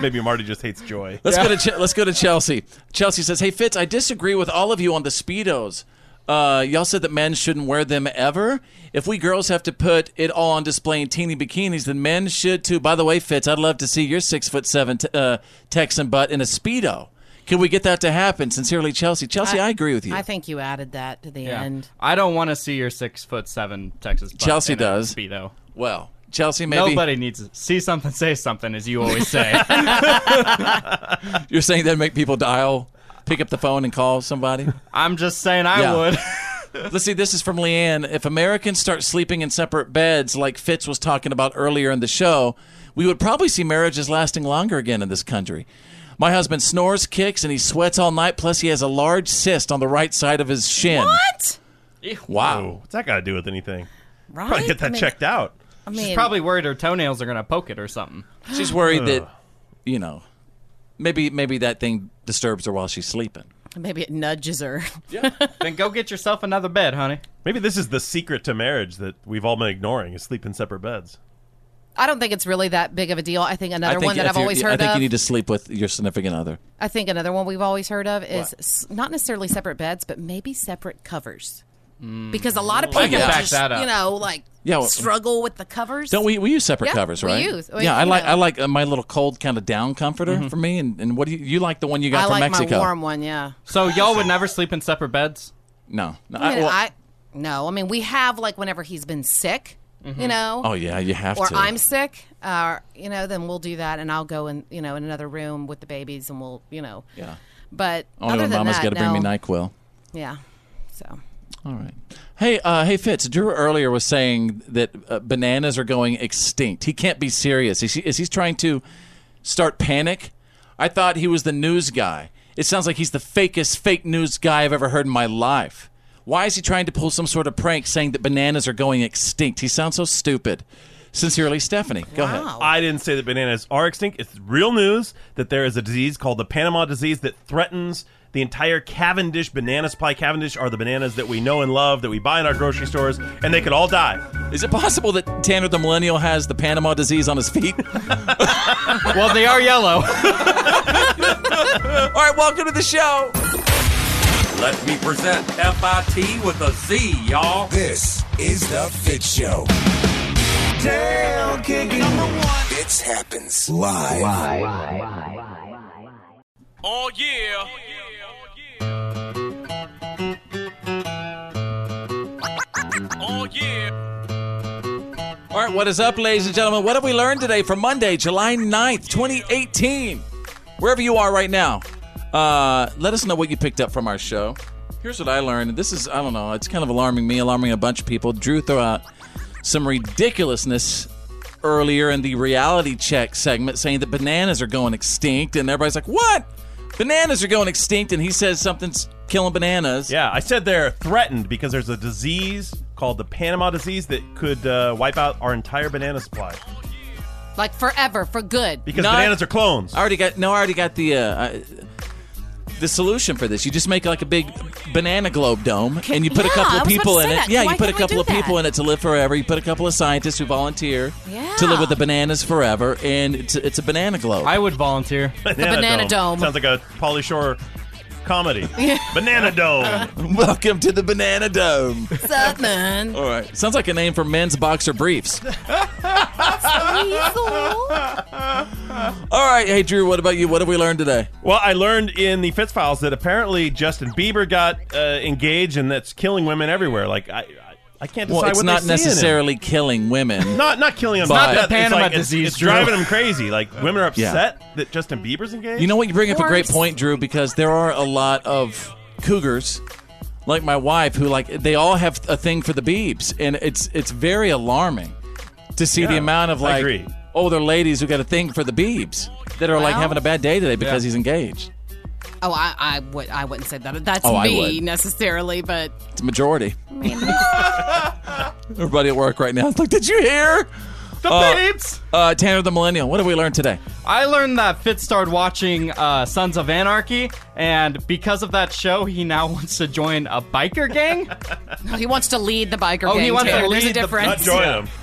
Speaker 2: Maybe Marty just hates joy.
Speaker 1: Let's go to Ch- let's go to Chelsea. Chelsea says, "Hey Fitz, I disagree with all of you on the speedos. Uh, y'all said that men shouldn't wear them ever. If we girls have to put it all on display in teeny bikinis, then men should too. By the way, Fitz, I'd love to see your six foot seven t- uh, Texan butt in a speedo. Can we get that to happen? Sincerely, Chelsea. Chelsea, I, agree with you.
Speaker 4: I think you added that to the
Speaker 6: Yeah.
Speaker 4: end.
Speaker 6: I don't want to see your six foot seven Texas. butt
Speaker 1: Chelsea
Speaker 6: in a
Speaker 1: does.
Speaker 6: Speedo.
Speaker 1: Well, Chelsea, maybe-
Speaker 6: nobody needs to see something, say something, as you always say.
Speaker 1: You're saying that make people dial, pick up the phone and call somebody?
Speaker 6: I'm just saying I would.
Speaker 1: Let's see, this is from Leanne. If Americans start sleeping in separate beds, like Fitz was talking about earlier in the show, we would probably see marriages lasting longer again in this country. My husband snores, kicks, and he sweats all night, plus, he has a large cyst on the right side of his shin.
Speaker 4: What?
Speaker 1: Wow.
Speaker 2: What's that got to do with anything?
Speaker 4: Right?
Speaker 2: Probably get that
Speaker 4: I mean-
Speaker 2: checked out.
Speaker 4: I mean-
Speaker 6: She's probably worried her toenails are gonna poke it or something.
Speaker 1: She's worried
Speaker 6: Ugh.
Speaker 1: that, you know, maybe maybe that thing disturbs her while she's sleeping.
Speaker 4: Maybe it nudges her.
Speaker 6: then go get yourself another bed, honey.
Speaker 2: Maybe this is the secret to marriage that we've all been ignoring is sleep in separate beds.
Speaker 4: I don't think it's really that big of a deal. I think another
Speaker 1: I think
Speaker 4: one that
Speaker 1: if
Speaker 4: I've
Speaker 1: you-
Speaker 4: always
Speaker 1: I
Speaker 4: heard
Speaker 1: think
Speaker 4: of.
Speaker 1: you need to sleep with your significant other.
Speaker 4: I think another one we've always heard of is s- not necessarily separate beds, but maybe separate covers. Because a lot of
Speaker 1: Mm. I
Speaker 4: people
Speaker 1: can back
Speaker 4: just,
Speaker 1: that up.
Speaker 4: you know, like
Speaker 1: Yeah, well-
Speaker 4: struggle with the covers.
Speaker 1: Don't we we use separate
Speaker 4: Yeah,
Speaker 1: covers,
Speaker 4: we
Speaker 1: right?
Speaker 4: use- we-
Speaker 1: yeah, I
Speaker 4: you
Speaker 1: like
Speaker 4: know.
Speaker 1: I like uh, my little cold kind of down comforter for me. And, and what do you you like the one you got
Speaker 4: I
Speaker 1: from
Speaker 4: like
Speaker 1: Mexico?
Speaker 4: my warm one, yeah.
Speaker 6: So y'all would never sleep in separate beds.
Speaker 1: No, no,
Speaker 4: I, mean,
Speaker 1: well-
Speaker 4: I no, I mean we have like whenever he's been sick, you know.
Speaker 1: Oh, yeah, you have
Speaker 4: or
Speaker 1: to.
Speaker 4: I'm sick, or you know, then we'll do that, and I'll go in you know in another room with the babies, and we'll you know.
Speaker 1: Yeah.
Speaker 4: But
Speaker 1: Only
Speaker 4: other
Speaker 1: when
Speaker 4: than
Speaker 1: Mama's
Speaker 4: that,
Speaker 1: got to bring me
Speaker 4: no.
Speaker 1: Nyquil.
Speaker 4: Yeah. So
Speaker 1: All right. Hey, uh, hey, Fitz. Drew earlier was saying that uh, bananas are going extinct. He can't be serious. Is he, is he trying to start panic? I thought he was the news guy. It sounds like he's the fakest fake news guy I've ever heard in my life. Why is he trying to pull some sort of prank saying that bananas are going extinct? He sounds so stupid. Sincerely, Stephanie. Go ahead.
Speaker 2: I didn't say that bananas are extinct. It's real news that there is a disease called the Panama disease that threatens the entire Cavendish banana supply. Cavendish are the bananas that we know and love that we buy in our grocery stores, and they could all die.
Speaker 1: Is it possible that Tanner the Millennial has the Panama disease on his feet? well,
Speaker 6: they are yellow.
Speaker 1: All right, welcome to the show.
Speaker 18: Let me present FIT with a Z, y'all.
Speaker 5: This is The Fit Show.
Speaker 18: Tail kicking. Number one.
Speaker 5: Fits happens live.
Speaker 18: Oh, yeah.
Speaker 13: Oh, yeah.
Speaker 1: All right, what is up, ladies and gentlemen? What have we learned today for Monday, July 9th, 2018? Wherever you are right now, uh, let us know what you picked up from our show. Here's what I learned. This is, I don't know, it's kind of alarming me, alarming a bunch of people. Drew threw out some ridiculousness earlier in the reality check segment saying that bananas are going extinct, and everybody's like, what? Bananas are going extinct, and he says something's killing bananas.
Speaker 2: Yeah, I said they're threatened because there's a disease called the Panama disease that could uh, wipe out our entire banana supply
Speaker 4: like forever for good.
Speaker 2: because bananas are clones.
Speaker 1: I already got no. I already got the uh, uh, the solution for this. You just make like a big banana globe dome, and you put a
Speaker 4: yeah,
Speaker 1: couple
Speaker 4: I
Speaker 1: of
Speaker 4: was about
Speaker 1: people
Speaker 4: to
Speaker 1: in
Speaker 4: say
Speaker 1: it.
Speaker 4: that.
Speaker 1: Yeah,
Speaker 4: Why
Speaker 1: you put a
Speaker 4: can't we
Speaker 1: couple
Speaker 4: do
Speaker 1: of people
Speaker 4: that?
Speaker 1: in it to live forever. You put a couple of scientists who volunteer to live with the bananas forever, and it's a, it's a banana globe.
Speaker 6: I would volunteer.
Speaker 4: banana dome.
Speaker 2: sounds like a Polly Shore comedy. banana dome.
Speaker 1: Welcome to the banana dome.
Speaker 4: What's up, man?
Speaker 1: All right, sounds like a name for men's boxer briefs. All right, hey Drew, what about you? What have we learned today?
Speaker 2: Well, I learned in the Fitz files that apparently Justin Bieber got uh, engaged, and that's killing women everywhere. Like I, I, I can't decide
Speaker 1: Well, it's
Speaker 2: what
Speaker 1: not
Speaker 2: they see in him.
Speaker 1: necessarily killing women.
Speaker 2: Not not killing them.
Speaker 1: It's not
Speaker 2: but
Speaker 1: the
Speaker 2: it's
Speaker 1: Panama
Speaker 2: like, it's-
Speaker 1: disease,
Speaker 2: It's,
Speaker 1: Drew.
Speaker 2: driving them crazy. Like women are
Speaker 1: Yeah.
Speaker 2: upset that Justin Bieber's engaged.
Speaker 1: You know what? You bring up a great point, Drew, because there are a lot of cougars, like my wife, who like they all have a thing for the beebs, and it's it's very alarming to see the
Speaker 2: Yeah,
Speaker 1: amount of
Speaker 2: I
Speaker 1: like
Speaker 2: agree.
Speaker 1: older ladies who got a thing for the beebs that are like
Speaker 4: Well-
Speaker 1: having a bad day today because he's engaged.
Speaker 4: Oh, I, I would I wouldn't say that. That's
Speaker 1: Oh, I
Speaker 4: me
Speaker 1: would.
Speaker 4: necessarily, but
Speaker 1: It's a majority. Everybody at work right now is like, did you hear?
Speaker 6: The
Speaker 1: Uh,
Speaker 6: babes.
Speaker 1: Uh, Tanner the Millennial. What have we learned today?
Speaker 6: I learned that Fitz started watching uh, Sons of Anarchy, and because of that show, he now wants to join a biker gang.
Speaker 4: no, he wants to lead the biker
Speaker 6: Oh,
Speaker 4: gang.
Speaker 6: he wants to
Speaker 4: Tanner. There's a
Speaker 6: lead the-
Speaker 4: difference.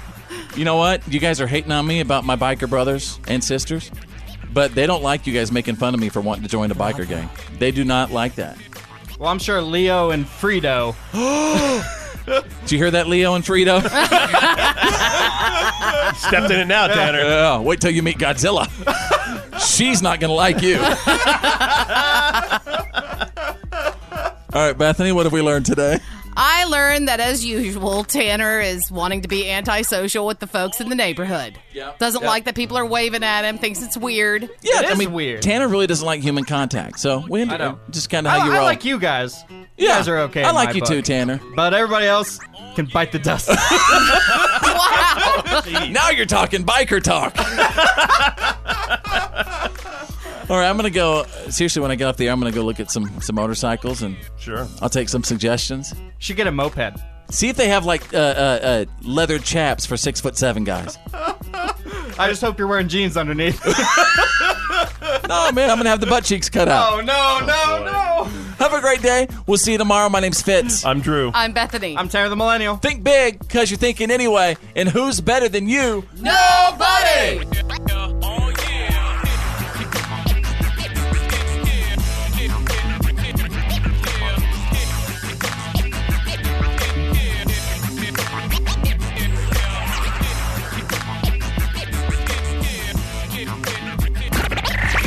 Speaker 1: You know what? You guys are hating on me about my biker brothers and sisters, but they don't like you guys making fun of me for wanting to join a biker gang. They do not like that.
Speaker 6: Well, I'm sure Leo and Frito.
Speaker 1: Did you hear that, Leo and Frito?
Speaker 2: Stepped in it now, Tanner.
Speaker 1: Yeah, wait till you meet Godzilla. She's not going to like you. All right, Bethany, what have we learned today?
Speaker 4: I learned that as usual, Tanner is wanting to be antisocial with the folks in the neighborhood.
Speaker 1: Yep.
Speaker 4: Doesn't
Speaker 1: Yep.
Speaker 4: like that people are waving at him, thinks it's weird.
Speaker 1: Yeah, I mean, Tanner really doesn't like human contact, so we
Speaker 6: I know.
Speaker 1: just kind of how
Speaker 6: I,
Speaker 1: you
Speaker 6: I
Speaker 1: roll.
Speaker 6: like you guys. You
Speaker 1: Yeah,
Speaker 6: guys are okay.
Speaker 1: I
Speaker 6: in
Speaker 1: like
Speaker 6: my
Speaker 1: you too,
Speaker 6: book.
Speaker 1: Tanner.
Speaker 6: But everybody else can bite the dust.
Speaker 1: now you're talking biker talk. All right, I'm gonna go. Seriously, when I get off the air, I'm gonna go look at some some motorcycles and
Speaker 6: Sure.
Speaker 1: I'll take some suggestions.
Speaker 6: Should get a moped.
Speaker 1: See if they have like uh, uh, uh, leather chaps for six foot seven guys.
Speaker 6: I just hope you're wearing jeans underneath.
Speaker 1: no, man, I'm gonna have the butt cheeks cut out.
Speaker 6: No, Oh, no, no, no.
Speaker 1: Have a great day. We'll see you tomorrow. My name's Fitz.
Speaker 2: I'm Drew.
Speaker 4: I'm Bethany.
Speaker 6: I'm Tanner the Millennial.
Speaker 1: Think big, because you're thinking anyway. And who's better than you?
Speaker 4: Nobody!